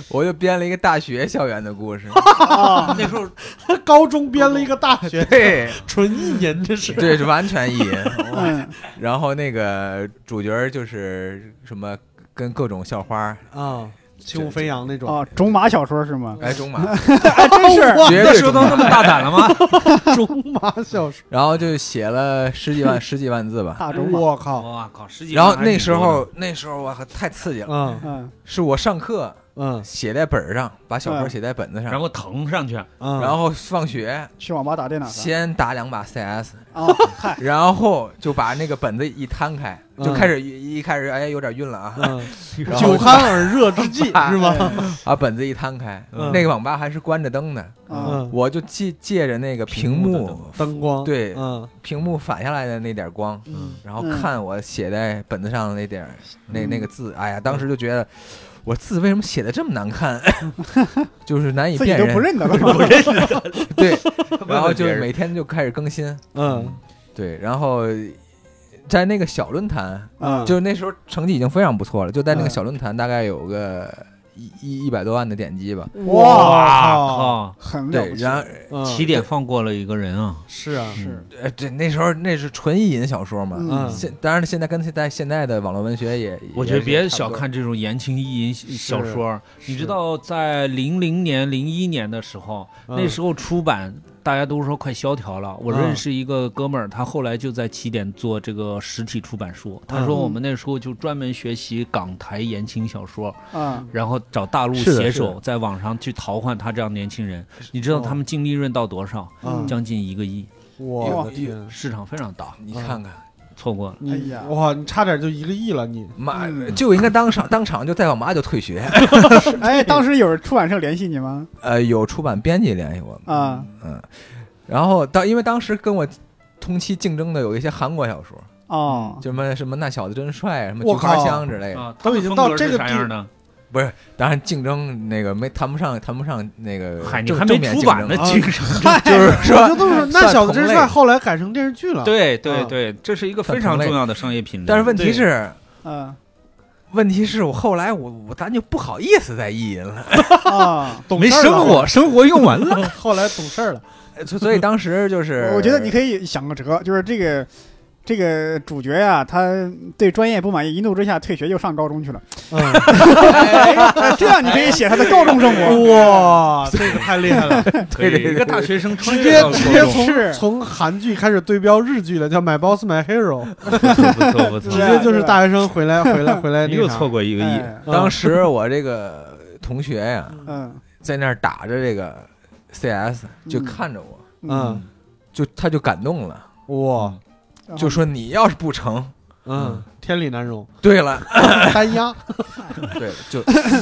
我就编了一个大学校园的 故事。啊，那时候 高中编了一个大学，对纯意淫 这是。对，是完全意淫。嗯然后那个主角就是什么跟各种校花啊，轻舞飞扬那种。啊，种马小说是吗？来种马，哎，真是，绝那对时候都种那马。么大胆了吗？中 马小说，然后就写了十几万十几万字吧。大种马，我靠，哇靠，十几然后那时候那时候我靠太刺激了，嗯嗯是我上课嗯写在本儿上，把小说嗯写在本子上，然后腾上 去，嗯，然后放学去网吧打电脑的先打两把 CS，啊，嗨，然后就把那个本子一摊开，嗯就开始一一开始哎有点晕了啊，嗯，然后酒酣耳热之际是吗？哎把本子一摊开，嗯那个网吧还是关着灯的，嗯嗯，我就借借着那个屏屏幕的幕灯灯光对嗯屏幕反下来的那点光，嗯，然后嗯看我写在本子上的那点儿那嗯那个字，哎呀，当时就觉得我字为什么写的这么难 看，就是难以自己辨都认。不认得了， 对，然后 就每天就开始更新，嗯对，然后在那个小论坛，啊， 就是那时候成绩已经非常不错了，就在那个嗯小论坛大概有个一一一百多万的点击吧。哇啊靠，很了对，不起，然后嗯呃起点放过了一个人啊，是啊是，呃，对，那时候那是纯意淫小说嘛。嗯嗯现当然，现在跟现在现在的网络文学也，我也觉得是别差小不多看这种言情意淫小说，你知是道在零零年、零一年的时候，嗯那时候出版大家都说快萧条了。我嗯认识一个哥们儿，他后来就在起点做这个实体出版书。他说嗯我们那时候就专门学习港台言情小说，啊，然后找大陆是的哦写是手在网上去淘换他这样年轻人。你知道他们净利润到多少？嗯将近一个亿，我的天，市场非常大，你看看，错过了。你哎呀哇，你差点就一个亿了你。妈嗯就应该当场 当场就再往妈就退 学。哎，当时有出版社联系你吗？呃，有出版编辑联系我，啊嗯，然后当因为当时跟我同期竞争的有一些韩国小说，哦，就什么什么那小子真帅，什么啊我菊花靠香之类的，啊，都他们已经风到格这是个啥地样呢？不是，当然竞争那个没谈不上，谈不上那个嗨，你正还正没面出竞版呢争，，啊精神。 就是我说，就这么说，那算小子真同类帅，后来改成电视剧了。，对对啊对，这是一个算非常同类重要的商业品类。但是问题对是。嗯问题是我后来我我咱就不好意思再意淫了， 啊，懂没事儿哎生了，活，生活用完 了。后来懂事儿了。所所以当时就是我觉得你可以想个辙，就是这个这个主角呀、他对专业不满意，一怒之下退学又上高中去了。嗯，哎这样你可以写他的高中生活。哇，这个太厉害 了，对对，一个大学生穿直越接到了直接高中从是从韩剧开始对标日剧了，叫《My Boss My Hero》，不错不错不直对 错，啊接就是大学生回来回来 回来你那又啥错过一个亿，哎嗯当时我这个同学呀，嗯在那儿打着这个 CS，就看着我，嗯，就他就感动了，哇，然后嗯就说你要是不成，嗯，天理难 容，对了，单压，对了，就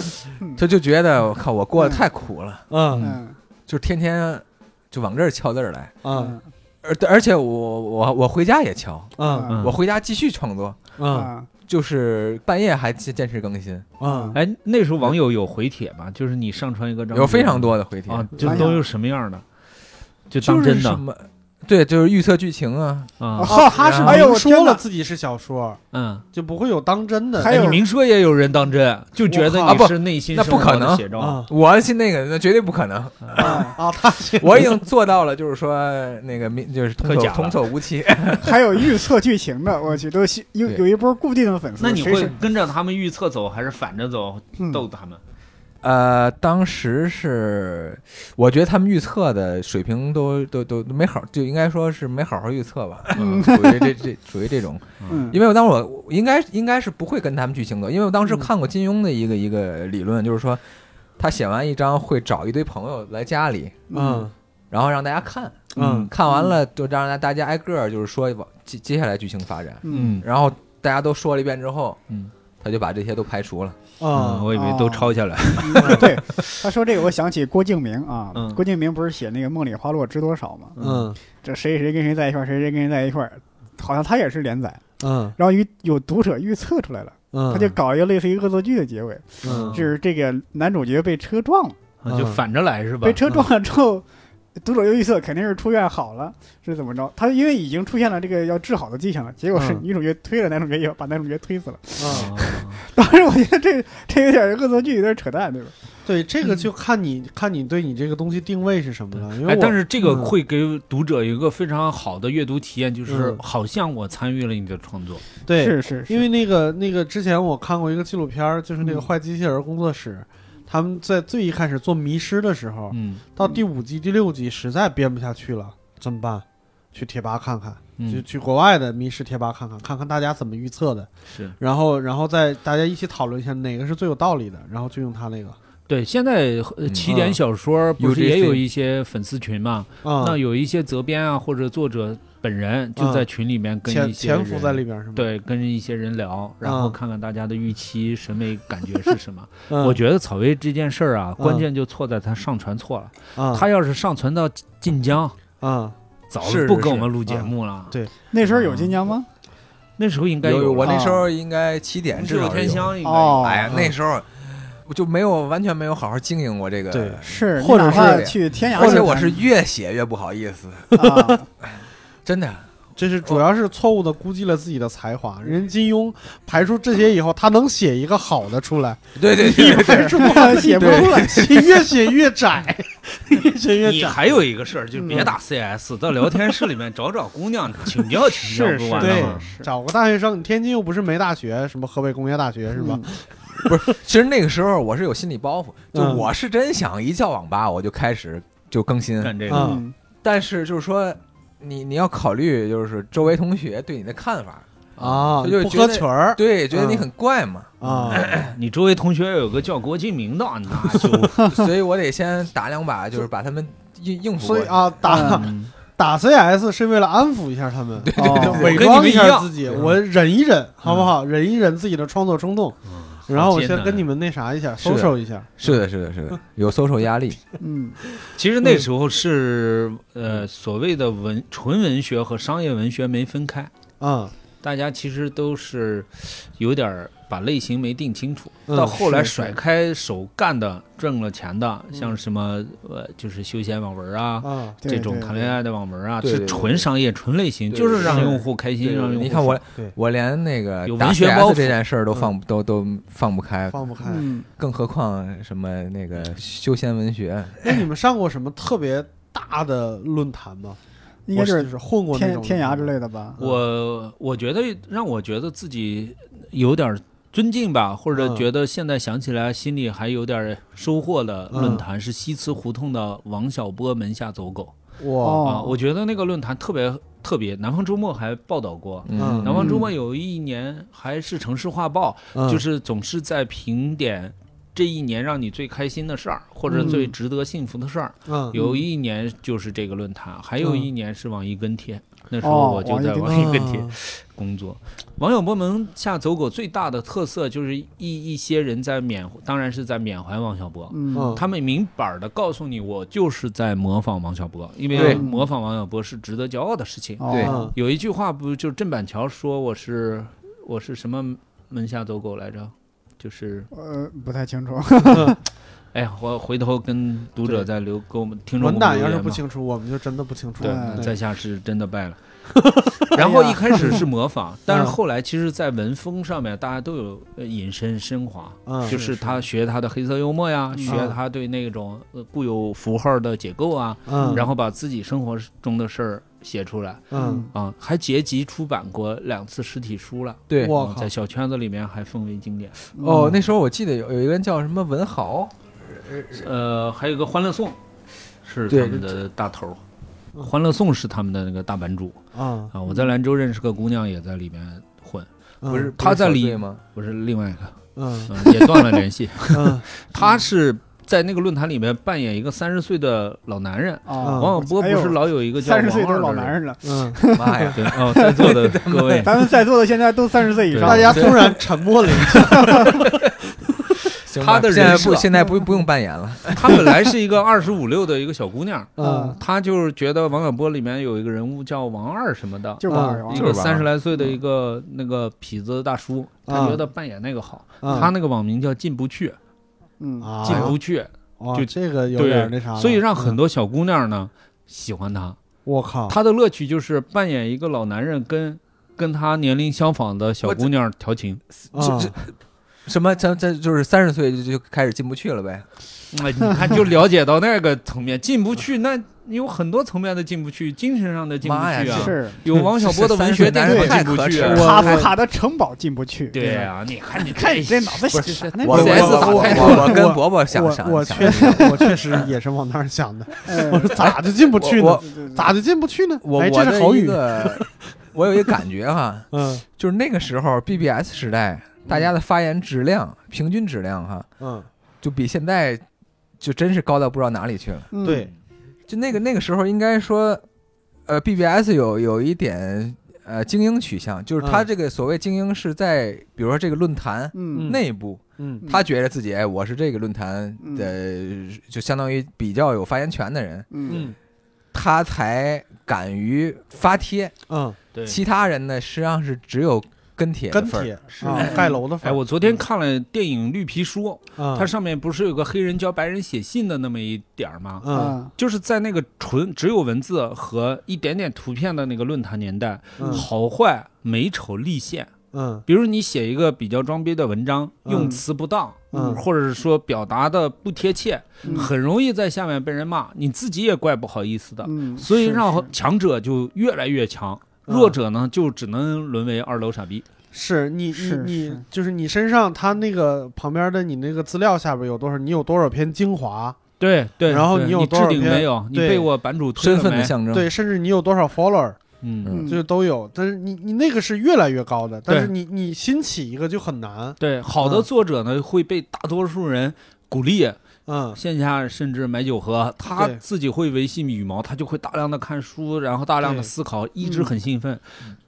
他就觉得我靠，我过得太苦了，嗯嗯就天天就往这儿敲这儿来，嗯而而且我我我回家也敲，嗯嗯我回家继续创作，嗯啊就是半夜还坚坚持更新，嗯，哎，那时候网友有回帖吗？就是你上传一个照片，有非常多的回帖，啊，就都有什么样的？就当哎就是真的什么，对，就是预测剧情啊，啊，哦，他是哎呦明说天了哪自己是小说，嗯，就不会有当真的还哎，有你明说也有人当真，就觉我得靠你啊不是内心那生活不可的能写照，啊我是那个那绝对不可 能，啊！啊，他写我已经做到了，就是说那个明就是童特叟假了童叟无欺， 还有预测剧情的，我去都喜有对有一波固定的粉丝。那你谁会是跟着他们预测走，还是反着走嗯逗他们？呃，当时是，我觉得他们预测的水平都都都没好，就应该说是没好好预测吧，嗯 属于这这属于这种。嗯因为我当时我我应该应该是不会跟他们去竞争，因为我当时嗯看过金庸的一个一个理论，就是说他写完一章会找一堆朋友来家里，嗯然后让大家看，嗯看完了就让大家挨个儿就是说往接接下来剧情发展，嗯然后大家都说了一遍之后，嗯，他就把这些都排除了。啊我以为都抄下来，嗯对，他说这个，我想起郭敬明啊嗯，郭敬明不是写那个《梦里花落知多少》吗？嗯这谁谁跟谁在一块儿，谁谁跟谁在一块儿，好像他也是连载，嗯然后有有读者预测出来了，嗯，他就搞一个类似于恶作剧的结尾，嗯就是这个男主角被车撞了，啊就反着来是吧被？车撞了之后，读者又预测肯定是出院好了，是怎么着？他因为已经出现了这个要治好的迹象了，结果是嗯女主角推了男主角一把，把男主角推死了。 嗯，啊当时我觉得这这有点恶作剧，有点扯淡，对吧？对，这个就看你看你对你这个东西定位是什么了，因为哎，我但是这个嗯会给读者一个非常好的阅读体验，就是嗯好像我参与了你的创作。对是是是，因为那个那个之前我看过一个纪录片儿，就是那个嗯坏机器人工作室，他们在最一开始做迷失的时候，嗯到第五集、第六集实在编不下去了，怎么办？去贴吧看看，就嗯，去国外的迷失贴吧看看，看看大家怎么预测的，是然后然后再大家一起讨论一下哪个是最有道理的，然后就用它那个对。现在呃嗯起点小说不是 UGC 也嗯有一些粉丝群嘛？那啊，有一些责编啊或者作者本人就在群里面跟嗯潜一些人潜伏在里边是吗？，对，跟一些人聊，然后嗯看看大家的预期、审美感觉是什么。 嗯、我觉得草薇这件事儿啊，嗯关键就错在他上传错了。啊，他要是上传到晋江，啊，早是不是跟我是们录节目了。嗯对那时候有晋江吗？那时候应该有有我了那时候应该七点红至袖少添有。香应该有哦，哎呀，嗯那时候我就没有完全没有好好经营过这个。对是，你或者哪怕是去天涯而论坛，且 我是越写越不好意思，啊，真的。这是主要是错误的估计了自己的才华。人金庸排除这些以后，他能写一个好的出来，对对你对对排除不了，写不 出来。写越写越窄， 越写越你窄。还有一个事儿，就别嗯打 CS，、到聊天室里面找找姑 娘，请教请教是不是完对了吗？找个大学生，你天津又不是没大学，什么河北工业大学是吧？其实那个时候我是有心理包袱，就嗯我是真想一叫网吧我就开始就更新，干这个、 啊嗯？但是就是说你你要考虑就是周围同学对你的看法，啊，他就不觉合得群儿对，觉得嗯你很 怪嘛，啊，你周围同学有个叫郭敬明的，那就所以我得先打两把，就是把他们应应付所过去。以啊，打嗯打 CS 是为了安抚一下他们，对对就对伪我跟装你们一一下样自己，我忍一忍，好不好？忍一忍自己的创作冲动，嗯 然后我先啊跟你。们那啥一下是的，social 一下。是的，是的，嗯是的，有 social 压力。嗯，其实那时候是呃所谓的文纯文学和商业文学没分开，嗯，大家其实都是有点儿把类型没定清楚，嗯到后来是是甩开手干的挣了钱的，嗯像什么呃就是休闲网文啊，啊，对这种谈恋，爱的网文啊，对是对对纯商业、纯类型，对就是让是用户开心，对让用户你看我对，我连那个有文打学包袱 CS 嗯这件事儿都放不都都放不开，放不开对。嗯，更何况什么那个休闲文学。那你们上过什么特别大的论坛吗？应该就我是就是混过那天种天嗯涯之类的吧？我我觉得让我觉得自己有点尊敬吧，或者嗯觉得现在想起来心里还有点收获的嗯论坛是西祠胡同的王小波门下走狗哦哇，啊，我觉得那个论坛特别特别，南方周末还报道过。嗯南方周末有一年还是城市画报，就嗯是总是在评点这一年让你最开心的事儿，或嗯者最值得幸福的事儿。嗯有一年就是这个论坛，还有一年是网易跟帖。那时哦候我就在网网嗯易跟帖工作。网友部门下走狗最大的特色就是一一些人在缅，当然是在缅怀王小波。嗯嗯他们明摆的告诉你，我就是在模仿王小波，因对为模仿王小波是值得骄傲的事情。哦对嗯有一句话不就是郑板桥说我是我是什么门下走狗来着？就是呃不太清楚，嗯哎呀，我回头跟读者再留给我们听众文给我档们留要是言不吧。清楚，我们就真的不清楚对，了。那在下是真的败了。哎然后呀一开始是模仿，但是后来其实，在文风上面，大家都有呃引申升华，嗯就是他学他的黑色幽默呀，学他对那种呃固有符号的解构啊，嗯，然后把自己生活中的事儿写出来嗯，啊，还结集出版过两次实体书了，对我嗯啊靠在小圈子里面还奉为经典。哦，那时候我记得有有一个人叫什么文豪，呃，还有个《欢乐颂》，是对他们的大头嗯儿，《欢乐颂》是他们的那个大版主啊，啊。我嗯在兰州认识个姑娘，也在里面混，嗯不是他在小里醉吗？不是另外一 个，嗯嗯，也断了联系。 嗯他是在那个论坛里面扮演一个三十岁的老男人。嗯王小波哎不呦是老有一个叫三十岁王二的都是老人男人了，嗯，妈呀！对哦，在座 的各位，咱们在座的现在都三十岁以上大了，家突 然沉默了一下，行他吧的现在人不设现在不不用扮演了，她本来是一个二十五六的一个小姑娘，嗯她就是觉得王小波里面有一个人物叫王二什么的，就玩儿玩一儿就个是吧三十来岁嗯的一个那个痞子大叔，他啊觉得扮演那个好，嗯他那个网名叫进不去，嗯啊，进不去，哇就这个有对点那啥了，所以让很嗯多小姑娘呢喜欢他。我靠，他的乐趣就是扮演一个老男人跟跟他年龄相仿的小姑娘调情。啊这什么？咱咱就是三十岁就就开始进不去了呗。哎，你看就了解到那个层面，进不去，那有很多层面的进不去，精神上的进不妈呀去啊。嗯是有王小波的文学电影进不去这啊。是卡夫卡的城堡进不去，对啊，你看你看看你这脑不子傻是那我我我种 4S 我打开我我跟伯伯想我想我想确实，我确实也是往那儿 想的。哎我说咋就进不去我呢？嗯对对对咋就进不去呢？我哎，我这的是好一语。个， 我有一个感觉哈，嗯就是那个时候 BBS 时代，大家的发言质量、平均质量哈，嗯，就比现在就真是高到不知道哪里去了。嗯对，就那个那个时候，应该说，呃，BBS 有有一点呃精英取向，就是他嗯这个所谓精英是在比如说这个论坛嗯内部，嗯他觉得自己哎，我是这个论坛的，就相当于比较有发言权的人，嗯，他才敢于发帖。嗯，对其他人呢，实际上是只有跟帖的跟份儿。帖啊，盖楼的哎，粉。我昨天看了电影《绿皮书》，嗯它上面不是有个黑人教白人写信的那么一点儿吗？嗯就是在那个纯只有文字和一点点图片的那个论坛年代，嗯好坏美丑立现。嗯比如你写一个比较装逼的文章，嗯用词不当，嗯或者是说表达的不贴切，嗯很容易在下面被人骂，你自己也怪不好意思的。嗯，所以是让是强者就越来越强，嗯弱者呢就只能沦为二楼傻逼。是你你是你是就是你身上他那个旁边的你那个资料下边有多少，你有多少篇精华，对对，然后对你你有多置少顶篇没有？你对被我版主推身了份的没？象征，对，甚至你有多少 follower，嗯，嗯就是都有。但是你你那个是越来越高的，但对是你你新起一个就很难。对，好的嗯作者呢会被大多数人鼓励，嗯线下甚至买酒喝，他对自己会维系羽毛，他就会大量的看书，然后大量的对嗯思考，一直很兴奋。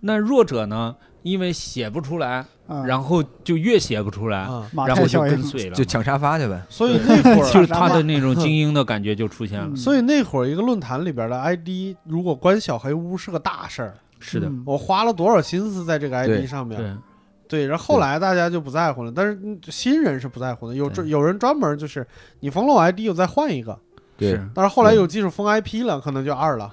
那弱者呢，因为写不出来，啊然后就越写不出来，嗯啊，马然太后就效应跟，随了，就抢沙发去呗。所以那会儿 就是他的那种精英的感觉就出现了嗯。所以那会儿一个论坛里边的 ID，如果关小黑屋是个大事儿，是的，嗯我花了多少心思在这个对 ID 上面。对，对，然后后来大家就不在乎了，但是嗯新人是不在乎的，有这对有人专门就是你封了我 ID 又再换一个，对是但是后来有技术封 IP 了，可能就二了。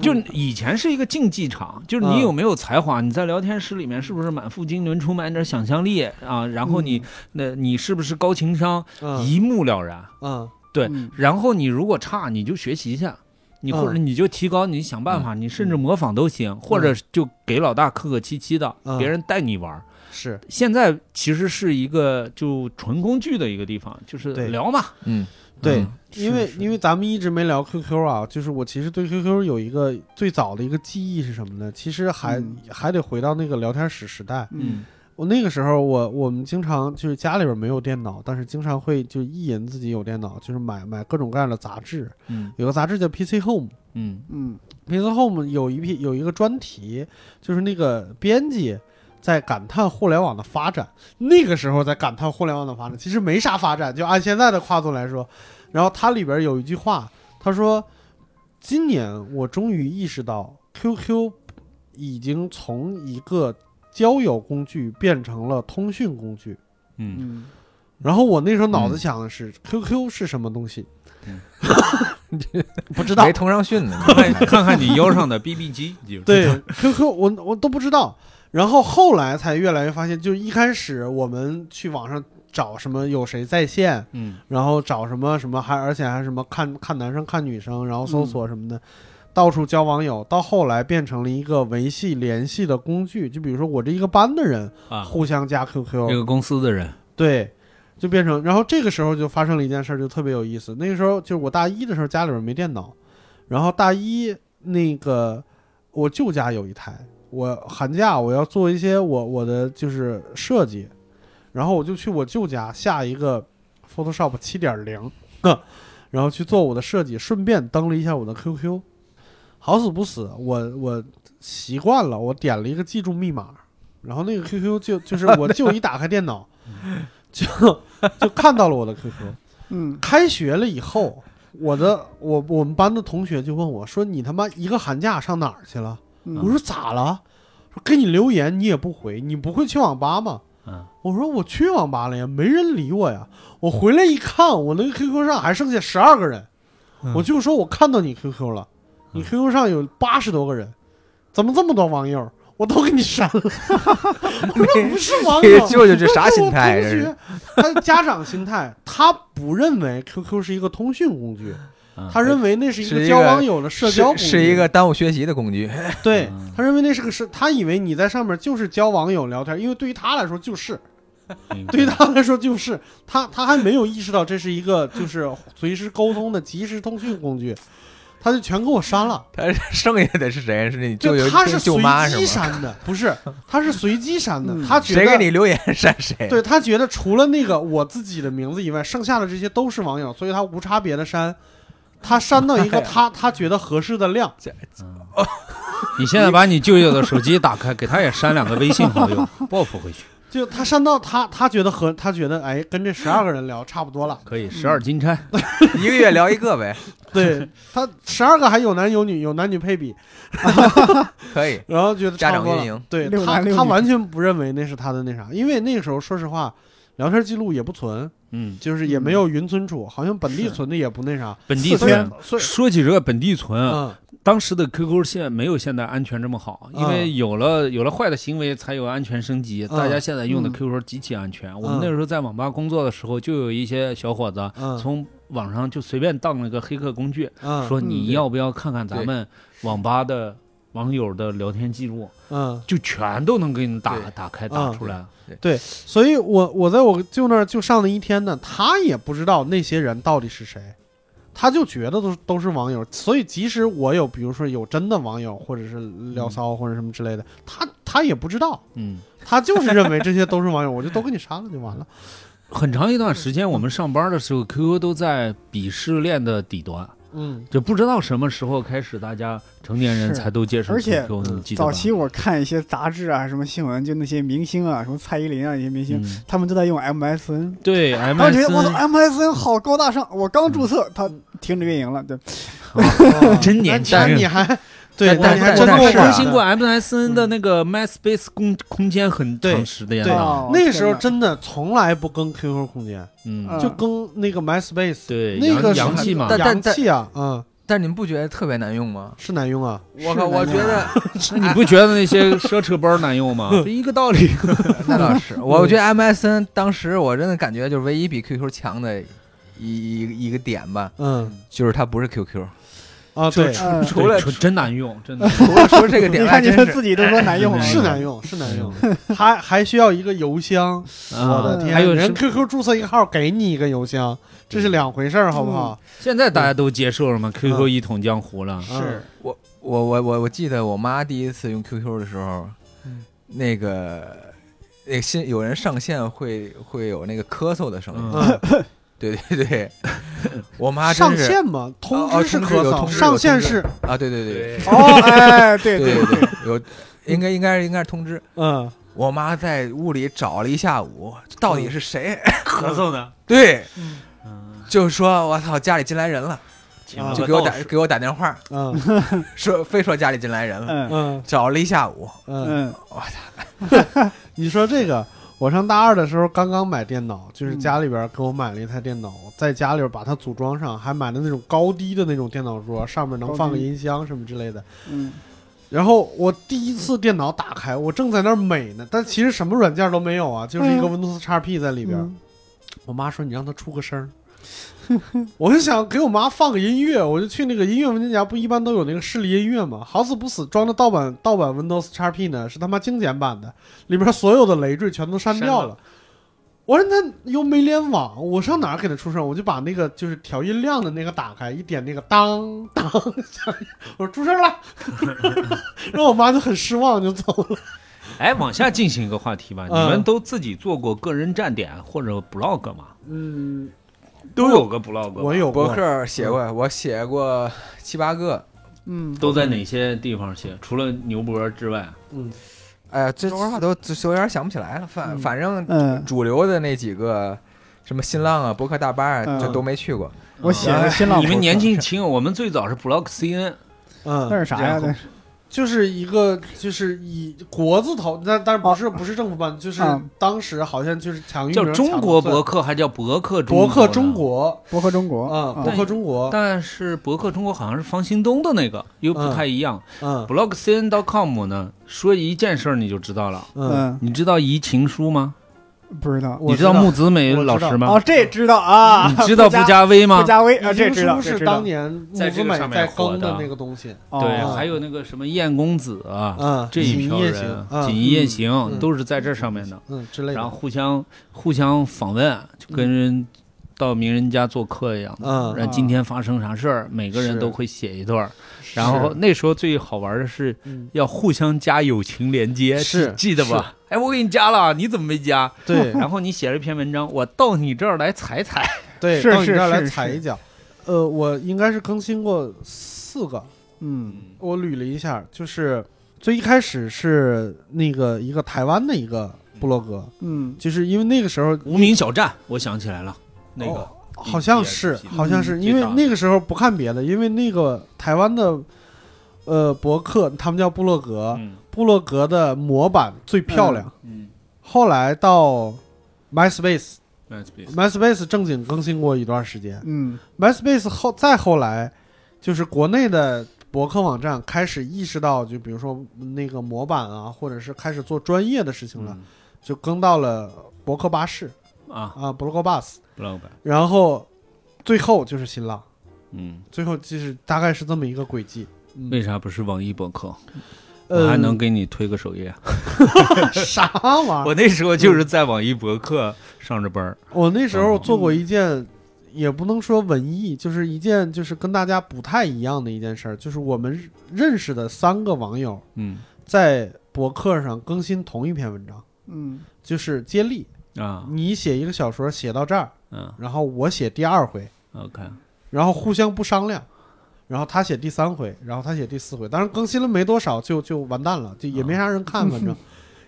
就以前是一个竞技场，就是嗯你有没有才华，你在聊天室里面是不是满腹经纶，充满点想象力啊？然后你那你是不是高情商，嗯一目了然。嗯对嗯然后你如果差，你就学习一下。你或者嗯你就提高，你想办法，你甚至模仿都行，或者就给老大客客气气的，嗯别人带你玩儿。是现在其实是一个就纯工具的一个地方，就是对聊嘛，嗯，对嗯，因为因为咱们一直没聊 QQ 啊，就是我其实对 QQ 有一个最早的一个记忆是什么呢？其实还嗯还得回到那个聊天室时代。嗯，我那个时候我我们经常就是家里边没有电脑，但是经常会就意淫自己有电脑，就是买买各种各样的杂志。嗯有个杂志叫 PC Home。嗯嗯 PC Home 有一批有一个专题，就是那个编辑在感叹互联网的发展。那个时候在感叹互联网的发展，其实没啥发展，就按现在的跨度来说。然后它里边有一句话，他说：“今年我终于意识到，QQ 已经从一个交友工具变成了通讯工具。”嗯，嗯，然后我那时候脑子想的是、q q 是什么东西？嗯 不知道没，通上讯 呢，看 看看你腰上的 BB 机，你就知对道 QQ 我我都不知道。然后后来才越来越发现，就是一开始我们去网上找什么有谁在线，嗯然后找什么什么还而且还什么看看男生看女生，然后搜索什么的，到处交网友。到后来变成了一个维系联系的工具，就比如说我这一个班的人啊，互相加 QQ，、这个公司的人，对，就变成，然后这个时候就发生了一件事儿，就特别有意思。那个时候就是我大一的时候，家里边没电脑，然后大一那个我舅家有一台，我寒假我要做一些我我的就是设计，然后我就去我舅家下一个 Photoshop 七点零，然后去做我的设计，顺便登了一下我的 QQ。好死不死，我我习惯了，我点了一个记住密码，然后那个 QQ 就就是我舅一打开电脑，就就看到了我的 QQ。嗯，开学了以后，我的我我们班的同学就问我说：“你他妈一个寒假上哪儿去了？”嗯我说：“咋了？”说给你留言你也不回，你不会去网吧吗？嗯我说我去网吧了呀，没人理我呀。我回来一看，我那个 QQ 上还剩下十二个人，我就说我看到你 QQ 了，你 QQ 上有八十多个人，怎么这么多网友？我都给你删 了。我说不是网 这友，舅舅这啥心态？啊这这是是我同学他家长心态，他不认为 QQ 是一个通讯工具，嗯他认为那是一是一个个交网友的社交工具，是是一个耽误学习的工具。 对嗯他认为那是个是，他以为你在上面就是交网友聊天，因为对于他来说 就是，明白 对于他来说就是，他他还没有意识到这是一个就是随时沟通的即时通讯工具，他就全给我删了。他剩下的是谁？是你舅就舅他是舅随妈机是吗？删的，不是，他是随机删的嗯。他觉谁给得你留言 删谁？对他觉得除了那个我自己的名字以外，剩下的这些都是网友，所以他无差别的删，他删到一 个他他觉得合适的量。嗯 你现在把你舅舅的手机打开，给他也删两个微信好友，报复回去，就他删到他他觉得和他觉得哎跟这十二个人聊差不多 了，可以十二金钗，一个月聊一个呗，对他十二个还有男有女有男女配比，可以。然后觉得家差长不多运了。营，对六他男六他女完全不认为那是他的那啥，因为那个时候说实话，聊天记录也不存，嗯，就是也没有云存储，好像本地是存的也不那啥。本地四所以存天。所以说起这个本地存，啊，嗯当时的 QQ 现在没有现在安全这么好，因为嗯有了有了坏的行为才有安全升级。嗯大家现在用的嗯 QQ 极其安全。我们那时候在网吧工作的时候，就有一些小伙子嗯从网上就随便当了个黑客工具，嗯说嗯你要不要看看咱们网吧的网友的聊天记录，嗯。就全都能给你打对打开打出来。所以我我在我舅那儿就上了一天呢，他也不知道那些人到底是谁，他就觉得都是都是网友。所以即使我有，比如说有真的网友，或者是聊骚或者什么之类的，他他也不知道，嗯，他就是认为这些都是网友， 我就都给你删了就完了。很长一段时间我们上班的时候，QQ 都在鄙视链的底端。嗯，就不知道什么时候开始，大家成年人是才都接受而且 QQ，你记得吧？嗯早期我看一些杂志啊，什么新闻，就那些明星啊，什么蔡依林啊，一些明星，嗯他们都在用 MSN。对当时觉得我操 MSN ，MSN 好高大上！我刚注册，它停止运营了。对，哎真年轻那你还对，那但你还但啊真我够我是更啊狠新的过 MSN 的那个 MySpace 空空间很长时间啊对了，哦那个时候天真的从来不更 QQ 空间，嗯嗯，就更那个 MySpace，对，那个洋是洋气嘛但，洋气啊，嗯，但是你们不觉得特别难用吗？是难用啊， 我靠，我觉得 你不觉得那些奢侈包难用 吗？这一个道理。 那倒是，我觉得 MSN 当时我真的感觉就是唯一比 QQ 强的一一一个点吧，嗯， 就是它不是 QQ，啊，就对，是嗯除了对真难用，真的除了除了这个点你外，看你真们是自己都说难用了，是难用，是难用，嗯 还还需要一个邮箱。啊我的天，啊还有人人 QQ 注册一个号给你一个邮箱，这是两回事儿，好不好？现在大家都接受了吗？QQ 一统江湖了， 是我我我我我记得我妈第一次用 QQ 的时候，嗯那个那个新有人上线会会有那个咳嗽的声音，嗯，对 对对，我妈上啊真是线嘛，通哦知是通知可有扫，通知有上线通知是啊，对对对哦，哎，对对对对，有应该应该应该是通知。嗯，我妈在屋里找了一下午，到底是谁？ 咳嗽呢，对，嗯就说我操，家里进来人了，啊就给我打给我打电话，嗯说非说家里进来人了，嗯 嗯找了一下午。嗯，嗯你说这个，我上大二的时候刚刚买电脑，就是嗯家里边给我买了一台电脑，在家里边把它组装上，还买的那种高低的那种电脑桌，上面能高放个低音箱什么之类的。嗯然后我第一次电脑打开，我正在那儿美呢，但其实什么软件都没有啊，就是一个 Windows XP 在里边。嗯我妈说你让它出个声儿， 我就想给我妈放个音乐，我就去那个音乐文件夹，不一般都有那个视力音乐吗？好死不死装的盗版盗版 Windows XP 呢，是他妈精简版的，里边所有的累赘全都删掉删了。我说那又没联网，我上哪儿给它出声？我就把那个就是调音量的那个打开，一点那个当当，我说出声 了，然后我妈就很失望就走了。哎，往下进行一个话题吧，你嗯们都自己做过个人站点或者 blog 吗？嗯，都有个 blog，吧我有过嗯博客写过，我写过七八个。嗯，都在哪些地方写？除了牛博之外，嗯哎呀，这说实话都这有点想不起来了。反嗯反正嗯主流的那几个，什么新浪啊、博客大巴啊，嗯这都没去过。我写的新浪博客，你们年纪轻，我们最早是 blog CN，嗯，那是啥呀？那是就是一个就是以国字头，但但是不是、不是政府办，就是啊当时好像就是抢叫中国博客，还叫博客中博客呢中。国博客中国啊，嗯博客中国，但是博客中国好像是方兴东的那个，又不太一样。嗯 blogcn.com 呢，说一件事儿你就知道了。嗯，嗯，你知道移情书吗？不知道我你知道知道木子美我知道老师吗哦，？这知道啊， 你嗯知道布加威吗不？加微啊，这这知道，这是知道当，年木在子这个美上面在火更的的那个东西，哦对，哦还有那个什么燕公子啊，嗯，这一锦票衣夜人啊行，，嗯锦衣夜行嗯都是在这上面的，嗯之类的，然后互相互相访问，就跟人到名人家做客一样。嗯，然后今天发生啥事儿，每个人是都会写一段儿。然后那时候最好玩的是嗯要互相加友情连接，是记记得吧？哎，我给你加了，你怎么没加？对然后你写了一篇文章，我到你这儿来踩踩。 对，是到你是这儿来是踩是一脚，呃，我应该是更新过四个，嗯我捋了一下，就是最一开始是那个一个台湾的一个部落格，嗯就是因为那个时候无名小站，我想起来了，那个哦好像是也好像是嗯因为最大的那个时候不看别的，因为那个台湾的呃博客，他们叫部落格，嗯部落格的模板最漂亮。嗯后来到 MySpace，MySpace ，MySpace 正经更新过一段时间嗯，MySpace 后再后来就是国内的。博客网站开始意识到，就比如说那个模板啊，或者是开始做专业的事情了，就更到了博客巴士嗯啊啊，博客 bus， ，blog，然后最后就是新浪，嗯，最后就是大概是这么一个轨迹。嗯为啥不是网易博客？呃，啊我还能给你推个首页。嗯啥玩意儿？ 我那时候就是在网易博客上着班儿，我那时候做过嗯一件，也不能说文艺，就是一件就是跟大家不太一样的一件事儿，就是我们认识的三个网友嗯在博客上更新同一篇文章，嗯就是接力。啊你写一个小说写到这儿，嗯然后我写第二回， ，OK，然后互相不商量，然后他写第三回，然后他写第四回，当然更新了没多少就就完蛋了，就也没啥人看，反正。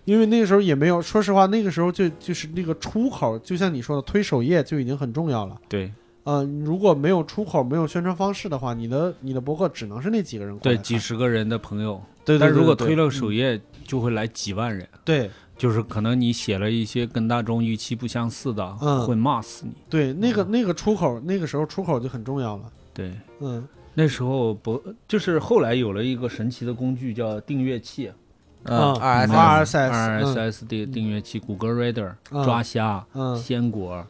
因为那个时候也没有，说实话，那个时候就就是那个出口，就像你说的，推首页就已经很重要了。对嗯、如果没有出口，没有宣传方式的话，你的你的博客只能是那几个人过来对，看几十个人的朋友，对对对但如果对推了首页，就会来几万人。对就是可能你写了一些跟大众预期不相似的，嗯会骂死你。对那个那个出口，那个时候出口就很重要了。对，嗯那时候不就是后来有了一个神奇的工具叫订阅器嗯嗯，R S ，RSS 的订阅器，谷歌 Reader、嗯抓虾、嗯鲜果，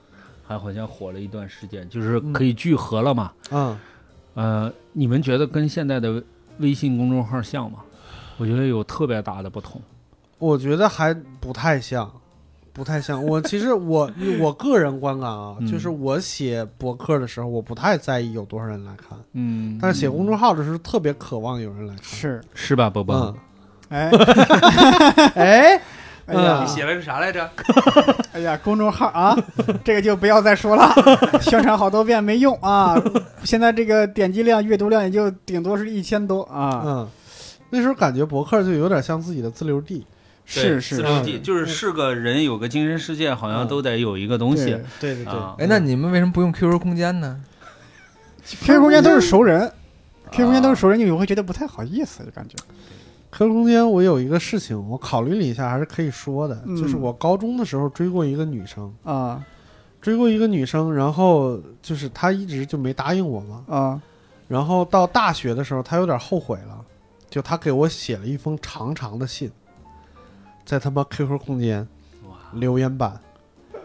还好像火了一段时间，就是可以聚合了嘛。嗯呃，你们觉得跟现在的微微信公众号像吗？我觉得有特别大的不同。我觉得还不太像，不太像。我其实我 我个人观感啊，嗯就是我写博客的时候，我不太在意有多少人来看，嗯但是写公众号的时候，特别渴望有人来看。是，是吧，波波？嗯，哎 哎，哎呀嗯，写了个啥来着？哎呀，公众号啊，这个就不要再说了， 宣传好多遍没用啊。现在这个点击量、阅读量也就顶多是一千多啊。嗯，那时候感觉博客就有点像自己的自留地。是是自是留地就是是个人有个精神世界，好像都得有一个东西对对对啊。哎，那你们为什么不用 QQ 空间呢？ ，QQ 空间都是熟人，QQ 空间都是熟人，你会觉得不太好意思，就感觉。科空间，我有一个事情，我考虑了一下，还是可以说的，嗯就是我高中的时候追过一个女生，啊追过一个女生，然后就是她一直就没答应我嘛，啊然后到大学的时候，她有点后悔了，就她给我写了一封长长的信，在他妈 QQ 空间哇，留言板，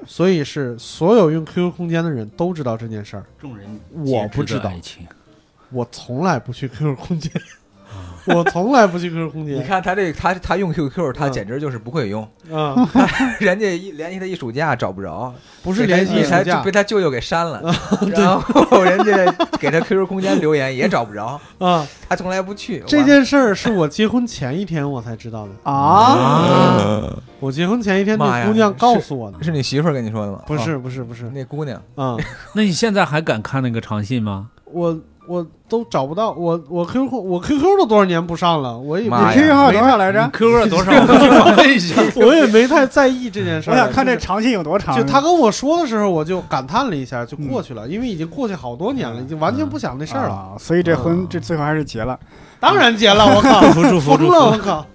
所以是所有用 QQ 空间的人都知道这件事儿，众人我不知知道爱情，我从来不去 QQ 空间，我从来不去 QQ 空啊你间，看他这他他用 QQ，他嗯简直就是不会用， 啊、人家一联系他一暑假找不着，不是联系被一他下被他被他舅舅给删了，啊 然后人家给他 QQ 空间留言也找不着，啊。他从来不去。这件事儿是我结婚前一天我才知道的。啊！啊，我结婚前一天，妈那呀姑娘告诉我的。是你媳妇儿跟你说的吗？不是不是不是哦，那姑娘，啊、 那你现在还敢看那个长信吗？我我都找不到我我 QQ 我 QQ 都多少年不上了，我也妈呀啊没 QQ 号多少来着？ QQ 多少？我们去访问一下。 我也没太在意这件事儿。 我想看这就是长信有多长。啊就他跟我说的时候，我就感叹了一下，就过去了，嗯因为已经过去好多年了，已经完全不想那事儿了。嗯啊，所以这婚啊这最后还是结了。当然结了，我靠，嗯祝福疯祝了，我福！靠，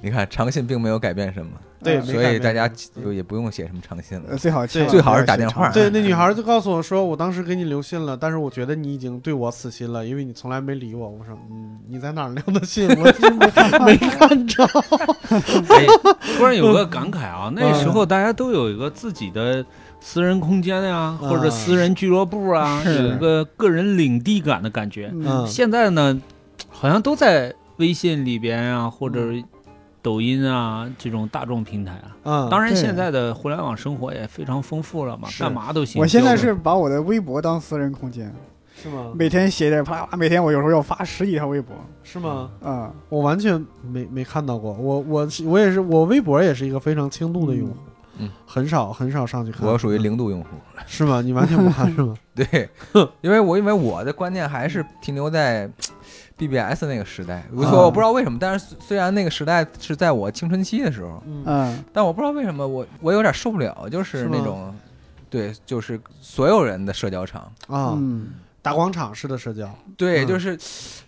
你看长信并没有改变什么，对，嗯没所改以变大家就也不用写什么长信呃，了。最好千万最不要好是打写电长话对，那女孩就告诉我说，我当时给你留信了，但是我觉得你已经对我死心了，因为你从来没理我。我说，嗯，你在哪儿留的信？我是没 没看着。哎，突然有个嗯感慨啊，那时候大家都有一个自己的私人空间呀、嗯或者私人俱乐部啊，是有一个个人领地感的感觉。嗯嗯现在呢，好像都在微信里边嗯啊，或者抖音啊这种大众平台啊。嗯，当然，对现在的互联网生活也非常丰富了嘛，是干嘛都行。我现在就是把我的微博当私人空间，是吗？每天写点啪，每天我有时候要发十几条微博是吗？啊。我完全没没看到过。我我是我也是，我微博也是一个非常轻度的用户，嗯，很少很少上去看。我属于零度用户，是吗？你完全不 看是吗？对，因为我因为我的观念还是停留在 BBS 那个时代，我啊我不知道为什么，但是虽虽然那个时代是在我青春期的时候，嗯嗯但我不知道为什么我我有点受不了，就是是吗那种，对，就是所有人的社交场，啊，嗯，打广场式的社交，对，嗯就是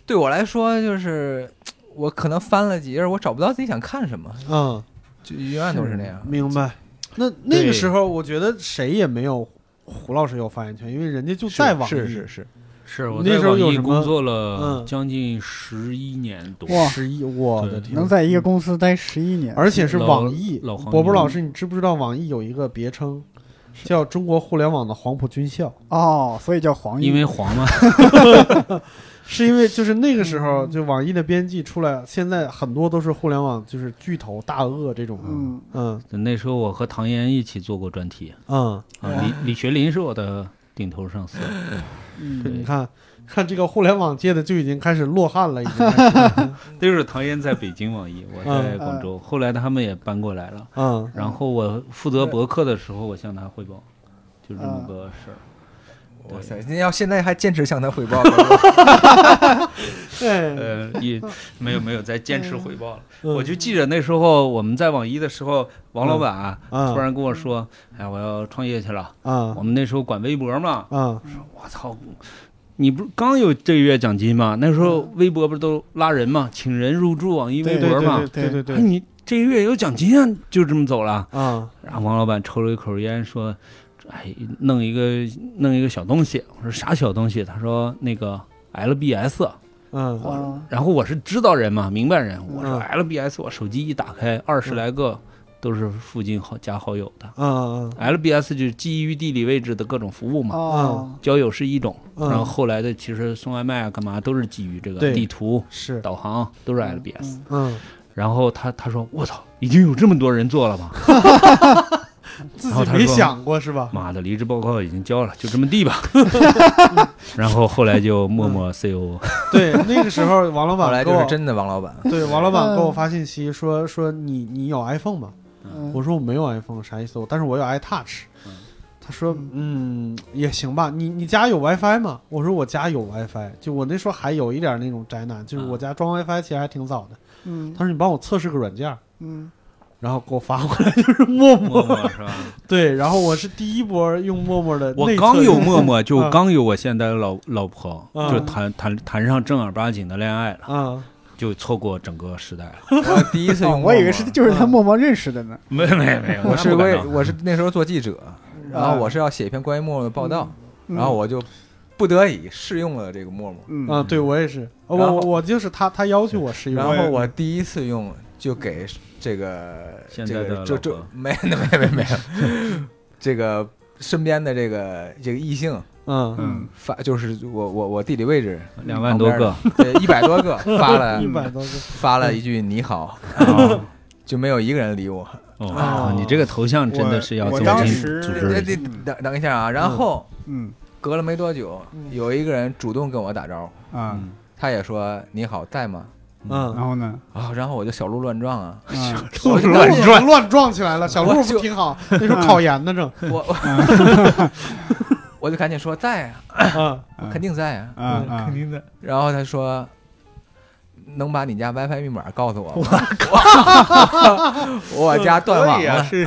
对我来说就是。我可能翻了几页，我找不到自己想看什么，嗯，就永远都是那样。明白。那那个对时候，我觉得谁也没有胡老师有发言权，因为人家就在网易，是是是，是我那在时候网有易什么工作嗯了将近十一年多，哇十一，我的对天，嗯能在一个公司待十一年，而且是老网易。老黄博博牛老师，你知不知道网易有一个别称，叫中国互联网的黄埔军校？哦，所以叫黄奕因为黄嘛， 是因为就是那个时候，就网易的编辑出来，现在很多都是互联网就是巨头大鳄这种。嗯嗯那时候我和唐嫣一起做过专题嗯，啊，李李学林是我的顶头上 司。嗯对你看看这个互联网界的就已经开始落汗 了，已经开始。那时候唐嫣在北京网易，我在广州，后来他们也搬过来了。嗯然后我负责博客的时候，我向他汇报，就这嗯么个事儿。哇塞！你要现在还坚持向他汇报，我对，呃，也 没有没有再坚持汇报了。嗯我就记着那时候我们在网易的时候，王老板啊嗯突然跟我说：“哎，我要创业去了。”啊我们那时候管微博嘛，啊我操！你不是刚有这个月奖金吗？那时候微博不是都拉人嘛，请人入驻网易微嗯对对博嘛。对对对哎，对你这个月有奖金啊，就这么走了。啊然后王老板抽了一口烟，说：“哎，弄一个弄一个小东西。”我说：“啥小东西？”他说：“那个 LBS。嗯啊”然后我是知道人嘛，明白人。我说嗯：“LBS。”我手机一打开，二十来个都是附近好加好友的。嗯 LBS 就是基于地理位置的各种服务嘛，哦，交友是一种，嗯然后后来的其实送外卖啊干嘛都是基于这对个地图、是，导航都是 LBS。嗯嗯，然后他他说我操，已经有这么多人做了吗？自然后己他没说想过是吧？妈的，离职报告已经交了，就这么地吧。然后后来就默默 E CO，对，那个时候王老后板来给就是我，真的王老板，对王老板给我嗯发信息说说你你有 iPhone 吗？嗯我说我没有 iPhone，啥意思？我但是我有 iTouch 嗯。他说嗯也行吧，你你家有 WiFi 吗？我说我家有 WiFi，就我那时候还有一点那种宅男，就是我家装 WiFi 其实还挺早的。嗯他说你帮我测试个软件儿，嗯然后给我发过来就是陌 陌默。默是吧？对，然后我是第一波用陌陌的内测我用户，刚有陌陌，就啊刚有我现在的老老婆，啊就谈谈谈上正儿八经的恋爱了，啊，就错过整个时代了。我第一次哦用，我以为是就是他嗯默默认识的呢。没没没，我是那不我敢也当我是那时候做记者，然后我是要写一篇关于陌陌的报道，嗯，然后我就不得已试用了这个陌陌，嗯啊，对我也是，我然后我我就是他，他要求我试用然，后我第一次用就给这个现这在个的这老这婆没没没没 没有，这个身边的这个这个异性嗯，嗯嗯，发就是我我我地理位置两万多个，对一 百多个发了一百多个，发了一句你好，哦 就没有一个人理我。哦，你这个头像真的是要我走我当进时组织对里对，等等一下啊，然后嗯隔了没多久，嗯有一个人主动跟我打招呼，啊，嗯他也说你好在吗？嗯，然后 呢？啊，然后我就小鹿乱 撞啊，啊乱撞乱撞起来了，小鹿我不就挺好？那时候考研呢正，我 我 我就赶紧说在啊，啊，啊嗯肯定在啊。啊啊！定的。然后他说，能把你家 WiFi 密码告诉我吗？我 我家断网了，是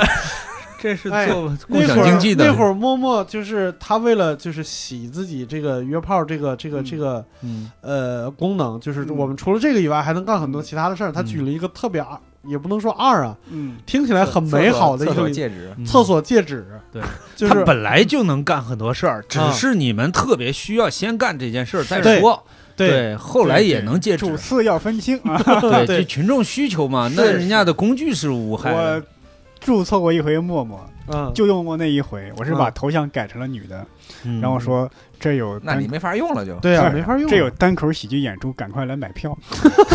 这是哎做共那享会经儿济的。那会儿陌陌就是他为了就是洗自己这个约炮这个这个嗯这个嗯呃功能，就是嗯我们除了这个以外还能干很多其他的事儿。他嗯举了一个特别二，也不能说二啊，嗯听起来很美好的一厕个所厕所戒指，嗯厕所戒指，对，就他是本来就能干很多事儿，只啊是你们特别需要先干这件事儿再对说。对后来也能戒指主。次要分清 啊！对，对这群众需求嘛，是那人家的工具是无害我的。注册过一回陌陌，嗯，就用过那一回，我是把嗯头像改成了女的，嗯然 后说这有那你单没法用了就。对啊，是没法用啊，这有单口喜剧演出，赶快来买票。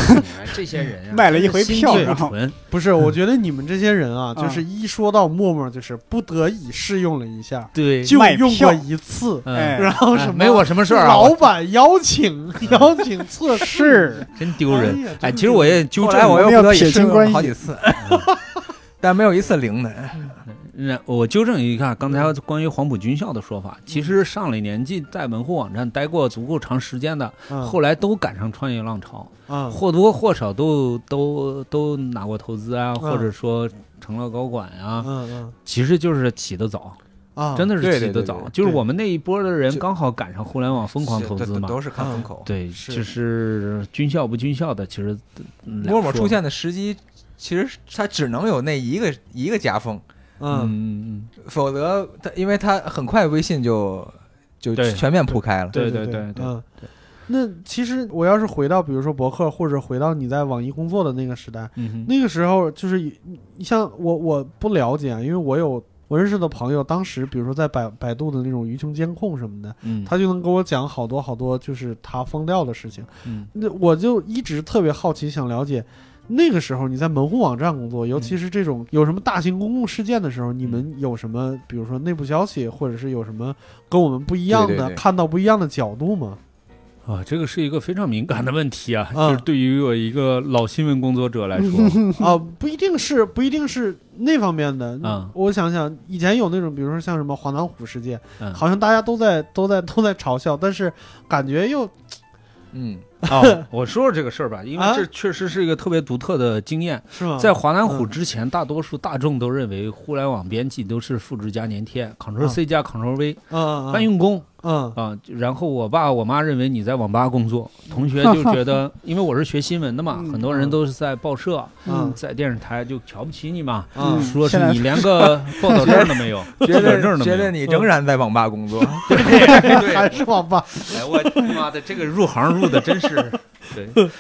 你们这些人啊卖了一回票心地然不后纯，不是，嗯我觉得你们这些人啊，嗯就是一说到陌陌，就是不得已试用了一下， 对，就卖用票过一次，嗯哎然后什么哎没我什么事儿啊，老板邀请 邀请测试，我真丢人。呀哎，其实我也纠后正来我又不得我已们要撇试清用关系了好几次， 但没有一次灵的。那我纠正一下刚才关于黄埔军校的说法。其实上了年纪，在文护网站待过足够长时间的，嗯后来都赶上创业浪潮，啊或多或少都都都拿过投资啊，嗯或者说成了高管啊，嗯嗯其实就是起得早，啊，真的是对起对得对早。对就是我们那一波的人嗯就刚好赶上互联网 疯狂投资都嘛。嗯都是看风口。对，是就是军校不军校的，其实嗯陌陌两说出现的时机，其实它只能有那一个一个夹缝，嗯嗯，嗯嗯，否则它因为它很快微信就就对全面铺开了。对对对对嗯。那其实我要是回到比如说博客，或者回到你在网易工作的那个时代，嗯哼那个时候就是你像我我不了解啊，因为我有我认识的朋友，当时比如说在百百度的那种舆情监控什么的，嗯，他就能给我讲好多好多，就是他疯掉的事情。嗯那我就一直特别好奇，想了解那个时候你在门户网站工作，尤其是这种有什么大型公共事件的时候，你们嗯有什么，比如说内部消息，或者是有什么跟我们不一样的，对对对看到不一样的角度吗？ 啊，这个是一个非常敏感的问题啊，嗯啊就是对于我一个老新闻工作者来说， 啊，不一定是不一定是那方面的。嗯我想想，以前有那种，比如说像什么华南虎事件，嗯好像大家都在都在都在嘲笑，但是感觉又嗯，啊，我说说这个事儿吧，因为啊这确实是一个特别独特的经验。是吗？在华南虎之前，大多数大众都认为互联网编辑都是复制加粘贴，Ctrl C 加 Ctrl V 嗯搬用工嗯啊。然后我爸我妈认为你在网吧工作，同学就觉得，因为我是学新闻的嘛，嗯很多人都是在报社、嗯在电视台就瞧不起你嘛，嗯说现在是你连个报道证都没有，觉记者得证都没觉得有。嗯你 仍然在网吧工作， 还是网吧 哎，我他妈的这个入行入的真是，对，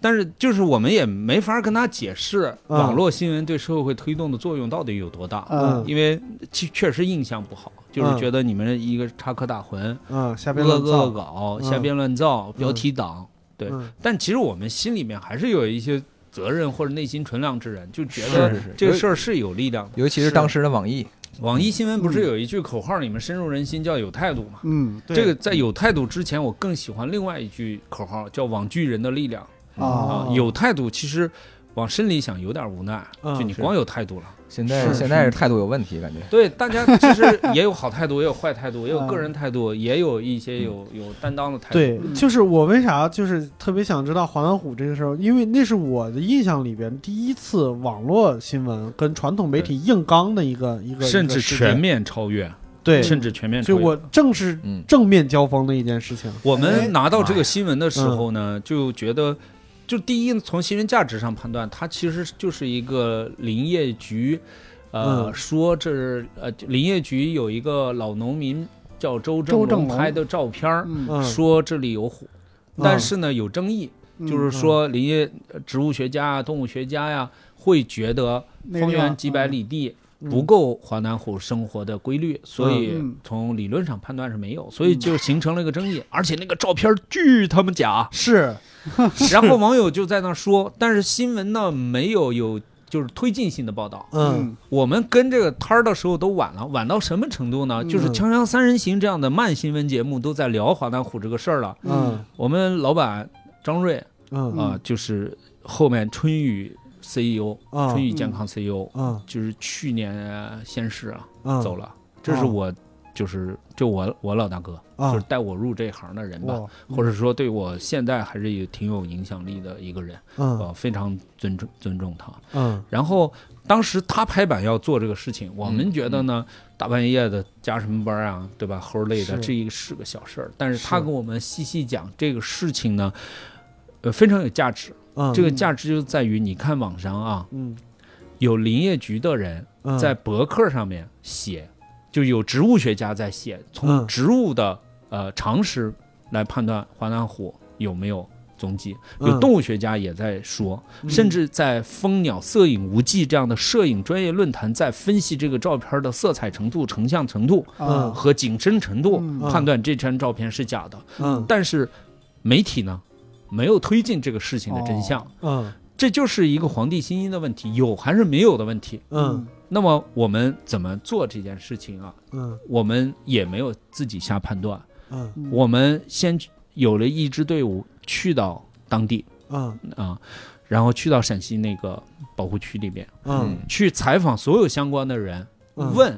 但是就是我们也没法跟他解释嗯网络新闻对社会推动的作用到底有多大，嗯因为其确实印象不好，就是嗯觉得你们一个插科打诨、嗯，瞎恶编乱恶造，搞、嗯瞎编乱造、标嗯题党。对嗯但其实我们心里面还是有一些责任或者内心纯良之人，就觉是得是是这个事儿是有力量的。尤其是是当时的网易，网易新闻不是有一句口号，你们深入人心叫有态度嘛？嗯对这个在有态度之前，我更喜欢另外一句口号，叫“网聚人的力量”啊。啊哦有态度，其实往深里想有点无奈，嗯就你是光有态度了。现在是现在是态度有问题，感觉对，大家其实也有好态度，也有坏态度，也有个人态度，也有一些有有担当的态度。，嗯对，嗯就是我为啥就是特别想知道华南虎这个事儿，因为那是我的印象里边第一次网络新闻跟传统媒体硬刚的一个一个，甚一至个事全件面超越，对，甚至全面超就越。我正是嗯正面交锋的一件事情。我哎们拿到这个新闻的时候嗯呢，就觉得，就第一从新闻价值上判断，它其实就是一个林业局，呃，嗯说这是呃林业局有一个老农民叫周周正龙龙拍的照片儿，嗯，嗯，说这里有火，嗯，但是呢有争议，嗯就是说林业呃植物学家啊、动物学家呀、会觉得方圆几嗯百里地不够华南虎生活的规律，所以嗯从理论上判断是没有，所以就形成了一个争议。而且那个照片巨他妈假是，然后网友就在那说，但是新闻呢没有有就是推进性的报道。嗯，我们跟这个摊儿的时候都晚了，晚到什么程度呢？嗯就是《锵锵三人行》这样的慢新闻节目都在聊华南虎这个事儿了。嗯我们老板张瑞嗯啊、嗯就是后面春雨 CEO，啊春雨健康 E CEO，、嗯就是去年先是啊。嗯，走了了。这是我就是就我我老大哥，啊就是带我入这一行的人吧，哇，或者说对我现在还是有挺有影响力的一个人，嗯我非常尊重尊重他。嗯然后当时他拍板要做这个事情，我嗯们觉得呢，大半夜的加什么班啊，对吧？猴儿累的，是这一个是个小事儿，但是他是跟我们细细讲这个事情呢。呃，非常有价值。嗯，这个价值就在于，你看网上啊，嗯有林业局的人，嗯在博客上面写，就有植物学家在写，嗯从植物的呃常识来判断华南虎有没有踪迹。有嗯动物学家也在说，嗯甚至在蜂鸟摄影无忌这样的摄影专业论坛，在分析这个照片的色彩程度、成像程度嗯啊和景深程度，嗯判断这张照片是假的。嗯但是媒体呢，没有推进这个事情的真相。嗯这就是一个皇帝心医的问题，有还是没有的问题。嗯那么我们怎么做这件事情啊？嗯我们也没有自己下判断，嗯嗯我们先有了一支队伍去到当地嗯啊，然后去到陕西那个保护区里面嗯去采访所有相关的人，嗯问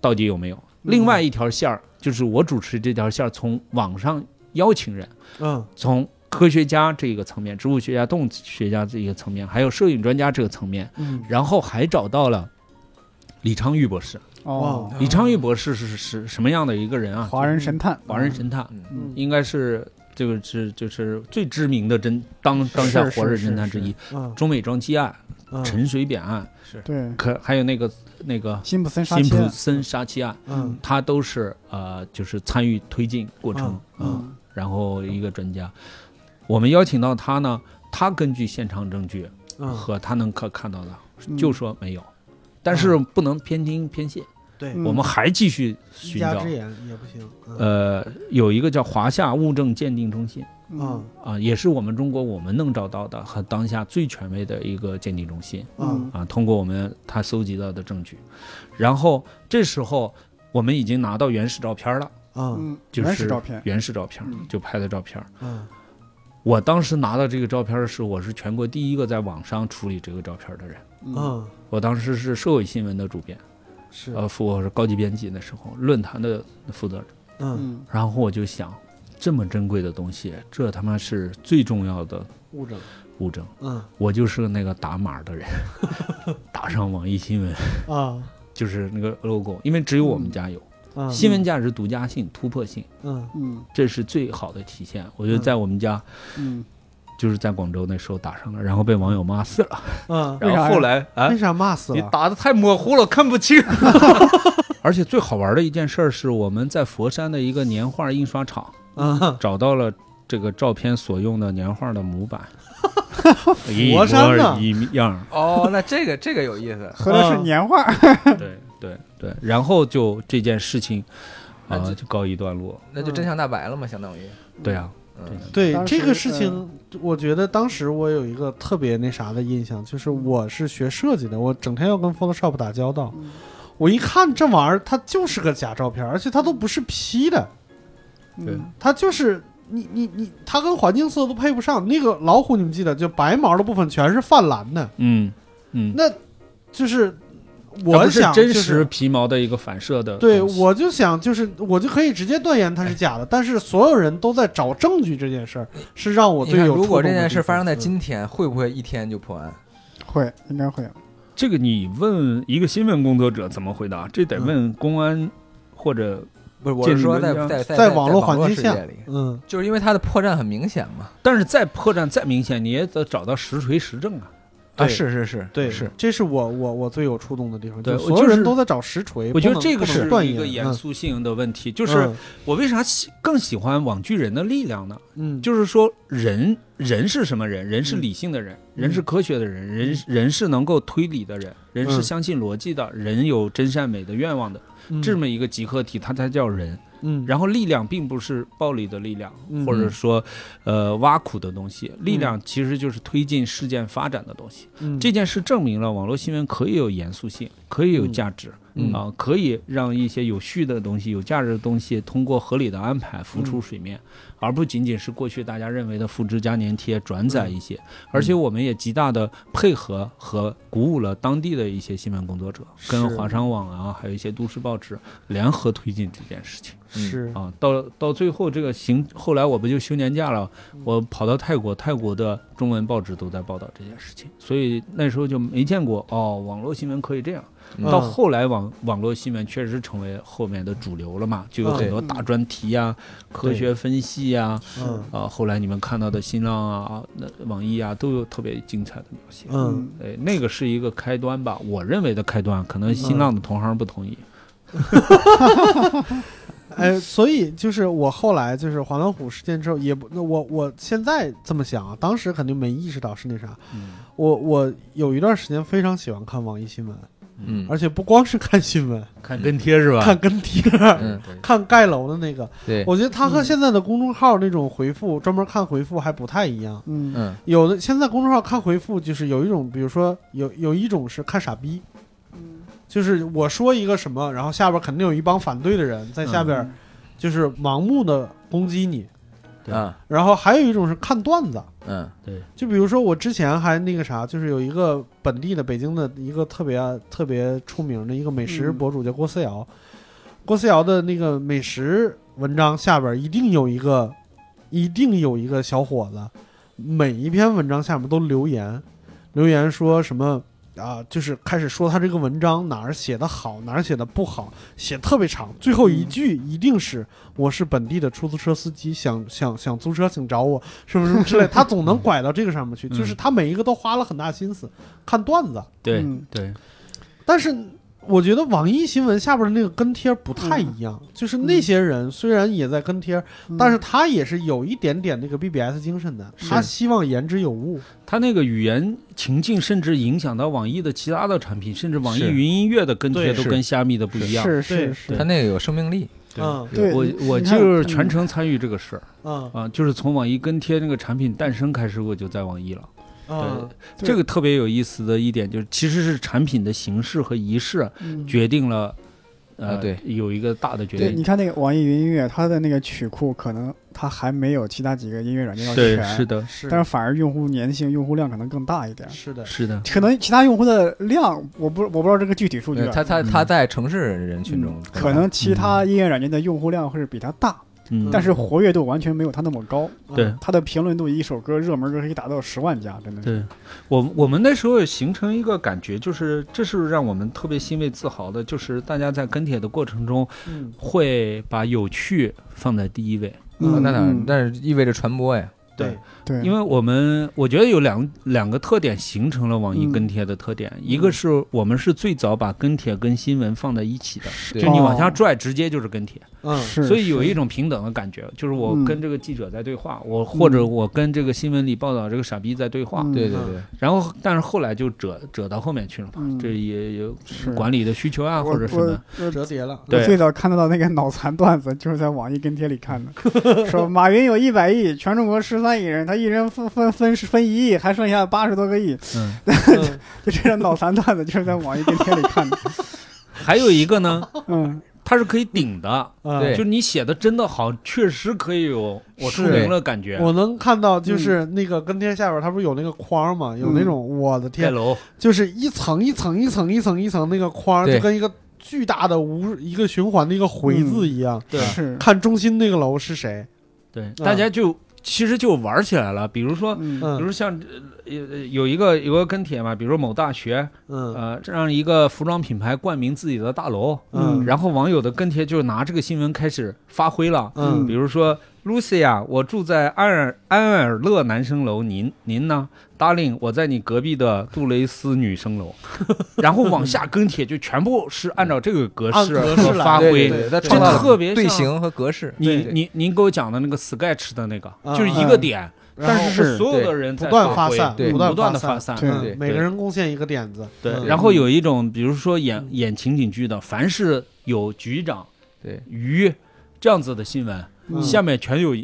到底有没有。嗯另外一条线儿就是我主持这条线儿，从网上邀请人，嗯从科学家这个层面、植物学家、动物学家这个层面，还有摄影专家这个层面，嗯然后还找到了李昌钰博士。哦，李昌钰博士是是是什么样的一个人啊？华人神探，华人神探，嗯应该是这个是就是最知名的侦当当下是华人是侦探之是一，嗯中美庄基案、嗯陈水扁案，对，可还有那个那个辛普森杀辛妻普案，森杀妻案，嗯他都是呃就是参与推进过程嗯啊，然后一个专家，我们邀请到他呢，他根据现场证据嗯和他能可看到的，嗯就说没有，但是不能偏听偏信。对，嗯我们还继续一寻家找之。言也不行，嗯呃，有一个叫华夏物证鉴定中心嗯啊、也是我们中国我们能找到的和当下最权威的一个鉴定中心嗯啊、通过我们他搜集到的证据，然后这时候我们已经拿到原始照片了，嗯嗯，就是原始照片，原始照片嗯就拍的照片。嗯我当时拿到这个照片的时候，我是全国第一个在网上处理这个照片的人。嗯嗯我当时是社会新闻的主编，是呃，副我是高级编辑，那时候论坛的负责人。嗯嗯然后我就想，这么珍贵的东西，这他妈是最重要的物证物证。嗯我就是那个打码的人， 打上网易新闻啊就是那个 logo，因为只有我们家有、嗯新闻价值独家性、突破性，嗯嗯这是最好的体现。我就在我们家，嗯，就是在广州那时候打上了，然后被网友骂 死了。嗯为啥呀然后后来啊为，啥骂死你了打的太模糊了，看不清。 而且最好玩的一件事儿是，我们在佛山的一个年画印刷厂啊找到了这个照片所用的年画的模板， 一模佛山呢一样。哦，那这个这个有意思，合着是年画， 对对对，然后就这件事情啊、那这就告一段落。那就真相大白了嘛，相当于。对啊，嗯， 对当时这个事情，我觉得当时我有一个特别那啥的印象，就是嗯我是学设计的，我整天要跟 Photoshop 打交道嗯。我一看这玩意儿，它就是个假照片，而且它都不是 P 的，对嗯它就是你你你，它跟环境色都配不上。那个老虎你们记得，就白毛的部分全是泛蓝的，嗯嗯，那就是它我不是想、真就实是皮毛的一个反射的东西。对，我就想，就是我就可以直接断言它是假的，但是所有人都在找证据，这件事儿哎是让我你最看，有如触果这动的件地事方发生在嗯今天，会不会一天就破案？会应该会，这个你问一个新闻工作者怎么回答？这得问公安或者，嗯不是，我建是立说在文章在在在网网络环境世下界里，嗯，就是因为它的破绽很明显嘛。但是再破绽再明显，你也得找到实锤实证啊。啊，对是是是，对，是。这是我我我最有触动的地方，对就我所有就是人都在找实锤，我觉哎得不能这个不能是断一个言严嗯肃性的问题，就是我为啥喜更喜欢网剧人的力量呢？嗯，嗯就是说人，人是什么人？人是理性的人，嗯人是科学的人，人人是能够推理的人，人是嗯相信逻辑的，人有真善美的愿望的，这么一个集合体，它才叫人。嗯，然后力量并不是暴力的力量，嗯或者说，呃，挖苦的东西。力量其实就是推进事件发展的东西。嗯这件事证明了网络新闻可以有严肃性，可以有价值。嗯啊，可以让一些有序的东西、有价值的东西，通过合理的安排浮出水面，嗯而不仅仅是过去大家认为的复制加粘贴、转载一些。嗯而且我们也极大的配合和鼓舞了当地的一些新闻工作者，跟是华商网啊，还有一些都市报纸联合推进这件事情是啊。到到最后，这个行，后来我不就休年假了，我跑到泰国，泰国的中文报纸都在报道这件事情，所以那时候就没见过哦，网络新闻可以这样。嗯到后来网网络新闻确实成为后面的主流了嘛，就有嗯很多大专题啊、科学分析啊，嗯啊，后来你们看到的新浪啊、那网易啊，都有特别精彩的描写。嗯，哎，那个是一个开端吧，我认为的开端，可能新浪的同行不同意。哎，所以就是我后来就是黄老虎事件之后，也不，那我我现在这么想啊，当时肯定没意识到是那啥，嗯我我有一段时间非常喜欢看网易新闻，嗯而且不光是看新闻，看跟贴是吧？看跟帖，嗯，看盖楼的那个，对，嗯我觉得它和现在的公众号那种回复，专门看回复还不太一样。嗯嗯有的现在公众号看回复，就是有一种，比如说有有一种是看傻逼，嗯就是我说一个什么，然后下边肯定有一帮反对的人在下嗯边，就是盲目的攻击你。对啊然后还有一种是看段子，嗯就比如说我之前还那个啥，就是有一个本地的北京的一个特别特别出名的一个美食嗯博主叫郭思瑶，郭思瑶的那个美食文章下边一定有一个，一定有一个小伙子，每一篇文章下面都留言，留言说什么。啊，就是开始说他这个文章哪儿写的好，哪儿写的不好，写特别长，最后一句一定是“我是本地的出租车司机，想想想租车请找我”，什么什么之类，他总能拐到这个上面去，就是他每一个都花了很大心思看段子，对嗯对，但是我觉得网易新闻下边的那个跟贴不太一样，就是那些人虽然也在跟贴，嗯但是他也是有一点点那个 BBS 精神的，他希望言之有物。他那个语言情境甚至影响到网易的其他的产品，甚至网易是云音乐的跟贴对都是跟虾米的不一样。是对是是，他那个有生命力，嗯对，我你我你看就是嗯全程参与这个事儿嗯啊，就是从网易跟贴那个产品诞生开始，我就在网易了。嗯，对这个特别有意思的一点就是，其实是产品的形式和仪式嗯决定了，呃，啊对，有一个大的决对，定你。看那个网易云音乐，它的那个曲库可能它还没有其他几个音乐软件要对，全，是的，是但是反而用户粘性、用户量可能更大一点。是的，是的，可能其他用户的量，我不我不知道这个具体数据对啊，他他嗯他在城市人群中嗯，可能其他音乐软件的用户量会是比它大，嗯，但是活跃度完全没有它那么高。对嗯它的评论度，一首歌热门歌可以达到十万加，真的是。对我我们那时候也形成一个感觉，就是这是让我们特别欣慰自豪的，就是大家在跟帖的过程中嗯会把有趣放在第一位，啊那当然嗯，但是意味着传播呀，对，对，因为我们我觉得有两两个特点形成了网易嗯跟帖的特点，一个是我们是最早把跟帖跟新闻放在一起的，对就你往下哦拽，直接就是跟帖。嗯是，所以有是一种平等的感觉，就是我嗯跟这个记者在对话，我或者我跟这个新闻里报道这个傻逼在对话，嗯对对对，然后但是后来就折折到后面去了嘛，嗯这也有是管理的需求啊，我或者什么。我折叠了，我对最早看到那个脑残段子，就是在网易跟帖里看的，说马云有一百亿，全中国十三亿人，他一人分分分分一亿，还剩下八十多个亿，嗯，嗯就这种脑残段子，就是在网易跟帖里 看的。还有一个呢，嗯，它是可以顶的，嗯对就是你写的真的好，确实可以有我出是名了感觉。嗯我能看到，就是那个跟贴下边，它不是有那个框吗？有那种，我的盖天，楼，就是一层一层一层一层一层那个框，对就跟一个巨大的无一个循环的一个回字一样。对是，看中心那个楼是谁？对，大家就其实就玩起来了。比如说，嗯比嗯如像呃有一个有个跟帖嘛，比如某大学，嗯呃，让一个服装品牌冠名自己的大楼，嗯然后网友的跟帖就拿这个新闻开始发挥了。嗯比如说，Lucia，我住在安尔安尔勒男生楼，您您呢，Darling，我在你隔壁的杜蕾斯女生 楼。然后往下跟帖就全部是按照这个格按式格和式来发对挥对。他这创造了特别像队形和格式，你对你您给我讲的那个 Sketch 的那个，嗯就是一个点，但然后是是所有的人在不断发发挥散，对不断断的发发。散。对嗯对每个人贡献一个点子。对，嗯然后有一种，比如说演演情景剧的，凡是有局长、对鱼这样子的新闻，嗯下面全有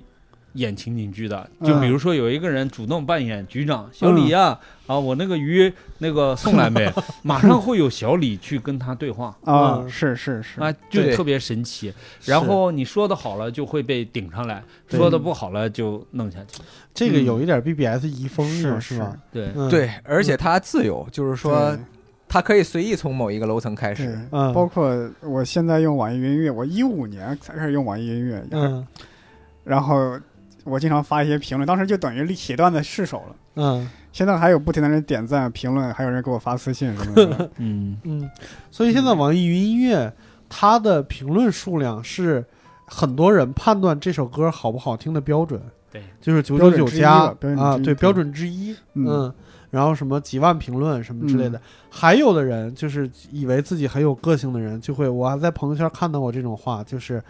演情景剧的。嗯就比如说有一个人主动扮演局长小李呀、啊，我那个鱼那个送来没？马上会有小李去跟他对话。啊，嗯是是是，啊，就对特别神奇。然后你说的好了，就会被顶上来；对说的不好了，就弄下去。这个嗯有一点 BBS 遗风是是吧？对，嗯，对，而且它自由，就是说对它可以随意从某一个楼层开始。是，嗯包括我现在用网易云音乐，我一五年才开始用网易云音乐，嗯然后我经常发一些评论，当时就等于立写段子试手了。嗯现在还有不停的人点赞、评论，还有人给我发私信什么 的。嗯，嗯，所以现在网易云音乐它的评论数量是很多人判断这首歌好不好听的标准。对，就是九标九准九之一加吧标准啊，之一对，对标准之一。嗯嗯，然后什么几万评论什么之类的，还有的人就是以为自己很有个性的人，就会我还在朋友圈看到过这种话，就是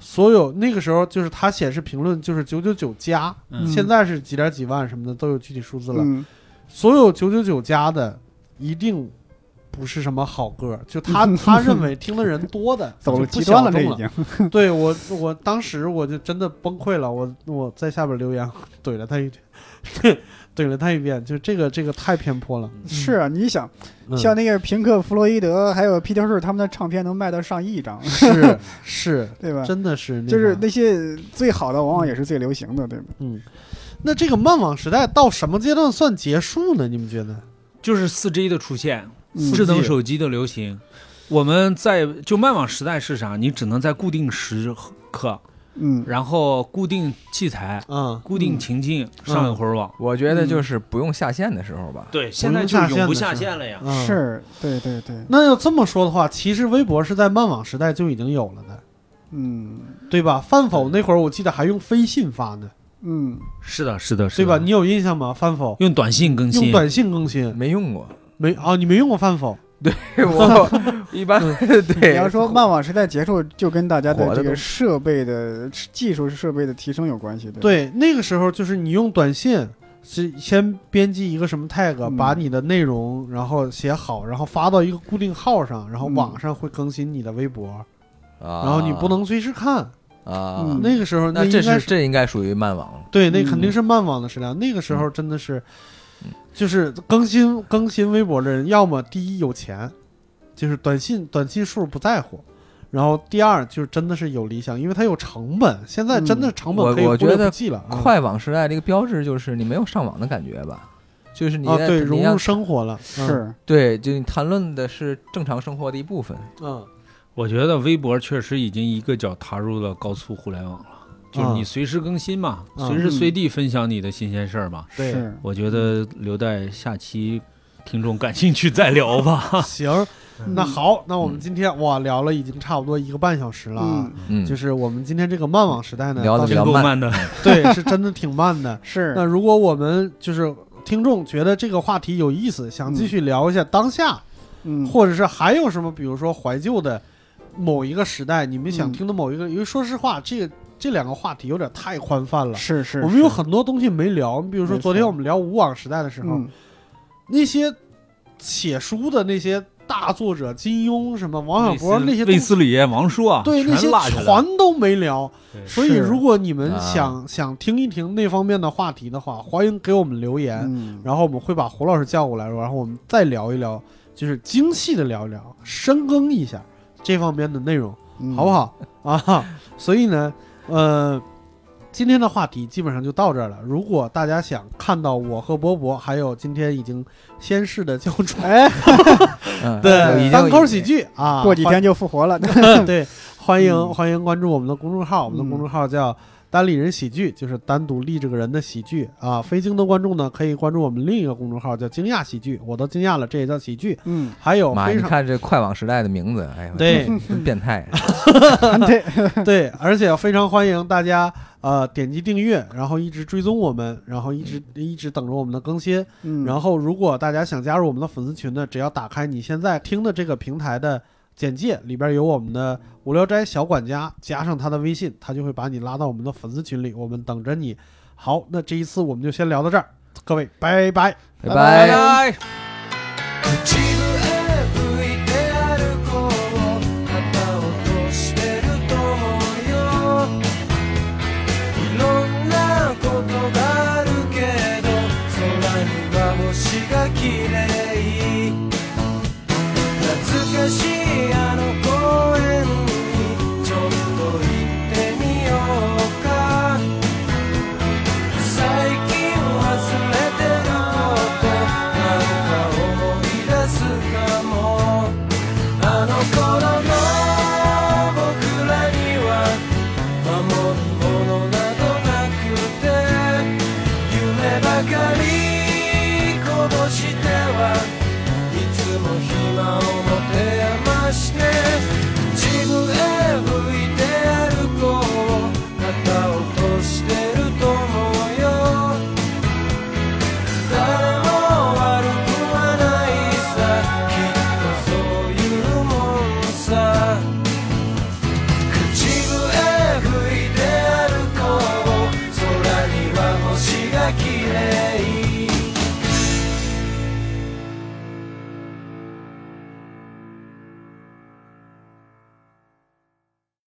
所有那个时候就是他显示评论就是九九九加，嗯现在是几点几万什么的都有具体数字了，嗯，所有九九九加的一定。不是什么好歌，就 他他认为听的人多的走就了不极端小众这已了。经。对我，我当时我就真的崩溃了，我我在下边留言 怼了他一句，怼了他一遍，就这个这个太偏颇了。是啊，你想，嗯像那个平克·弗洛伊德还有皮特·士他们的唱片能卖到上亿张，是 是，对吧？真的是那就是啥那些最好的，往往也是最流行的，对吧？嗯，那这个漫网时代到什么阶段算结束呢？你们觉得？就是四 G 的出现，嗯智能手机的流行，我们在就漫网时代是啥？你只能在固定时刻，嗯，然后固定器材、嗯，固定情境上一会儿网。我觉得就是不用下线的时候吧。对，现在就是永不下线了呀嗯。是，对对对，那要这么说的话，其实微博是在漫网时代就已经有了的，嗯对吧？饭否那会儿我记得还用飞信发呢， 嗯，是的，是的，是对的吧？你有印象吗？饭否用短信更用新，短信更新没 用过，没啊？你没用过饭否？ 我一般嗯对。你要说漫网时代结束，就跟大家火的的这东个西设备的技术设备的提升有关系，对吧？对，那个时候就是你用短信，是先编辑一个什么 tag，、嗯把你的内容然后写好，然后发到一个固定号上，然后嗯网上会更新你的微博，然然后你不能随时看。啊嗯，那个时候那应这该是是这应该属于漫网了。对，那肯定嗯是漫网的时代。那个嗯时候真的是，就是更新更新微博的人，要么第一有钱，就是短信短信数不在乎。然后第二就是真的是有理想，因为它有成本。现在真的成本我可以嗯我忽觉略得不计了啊。快网时代这个标志就是你没有上网的感觉吧？就是你啊，在对，你融要入生活了。嗯是，对，就你谈论的是正常生活的一部分。嗯，我觉得微博确实已经一个脚踏入了高速互联网了，就是嗯你随时更新嘛，嗯随时随地分享你的新鲜事儿嘛。对是，嗯我觉得留待下期听众感兴趣再聊嗯 吧。行，嗯那好，那我们今天哇聊了已经差不多一个半小时了啊，嗯，嗯，就是我们今天这个漫网时代呢，聊得到比这较真够慢的，对是真的挺慢的。是那，如果我们就是听众觉得这个话题有意思，想继续聊一下当下，嗯，或者是还有什么，比如说怀旧的。某一个时代，你们想嗯听的某一个，因为说实话，这个这两个话题有点太宽泛了。是是，我们有是很多东西没聊，你比如说没错昨天我们聊吴网时代的时候，嗯那些写书的那些大作者，金庸什么王小波那些卫东斯理、王朔啊，对那些全落下来了。全都没聊。对所以是如果你们啊想、想听一听那方面的话题的话，欢迎给我们留言，嗯，然后我们会把胡老师叫过来，然后我们再聊一聊，就是精细的聊一聊，深耕一下这方面的内容。嗯好不？好啊？所以呢，呃，今天的话题基本上就到这儿了。如果大家想看到我和波波，还有今天已经先逝的教主哎，嗯，的已经单口喜剧啊，过几天就复活了。 欢对，欢迎嗯欢迎关注我们的公众号，我们的嗯公众号叫。单立人喜剧就是单独立这个人的喜剧啊，非京的观众呢可以关注我们另一个公众号叫惊讶喜剧，我都惊讶了，这也叫喜剧。嗯， 还有妈，哦非你常看这快网时代的名字，哎呦，对真变态。对，对，而且非常欢迎大家呃点击订阅，然后一直追踪我们，然后一直一直等着我们的更新。嗯， 然后如果大家想加入我们的粉丝群呢，只要打开你现在听的这个平台的简介，里边有我们的无聊斋小管家，加上他的微信，他就会把你拉到我们的粉丝群里，我们等着你。好，那这一次我们就先聊到这儿，各位拜拜。拜拜拜。口へ向いて歩こう肩を落としてると思うよいろんなことがあるけど空には星が綺麗懐かしいあの公園にちょっと行ってみようか最近忘れてることなんか思い出すかもあの頃の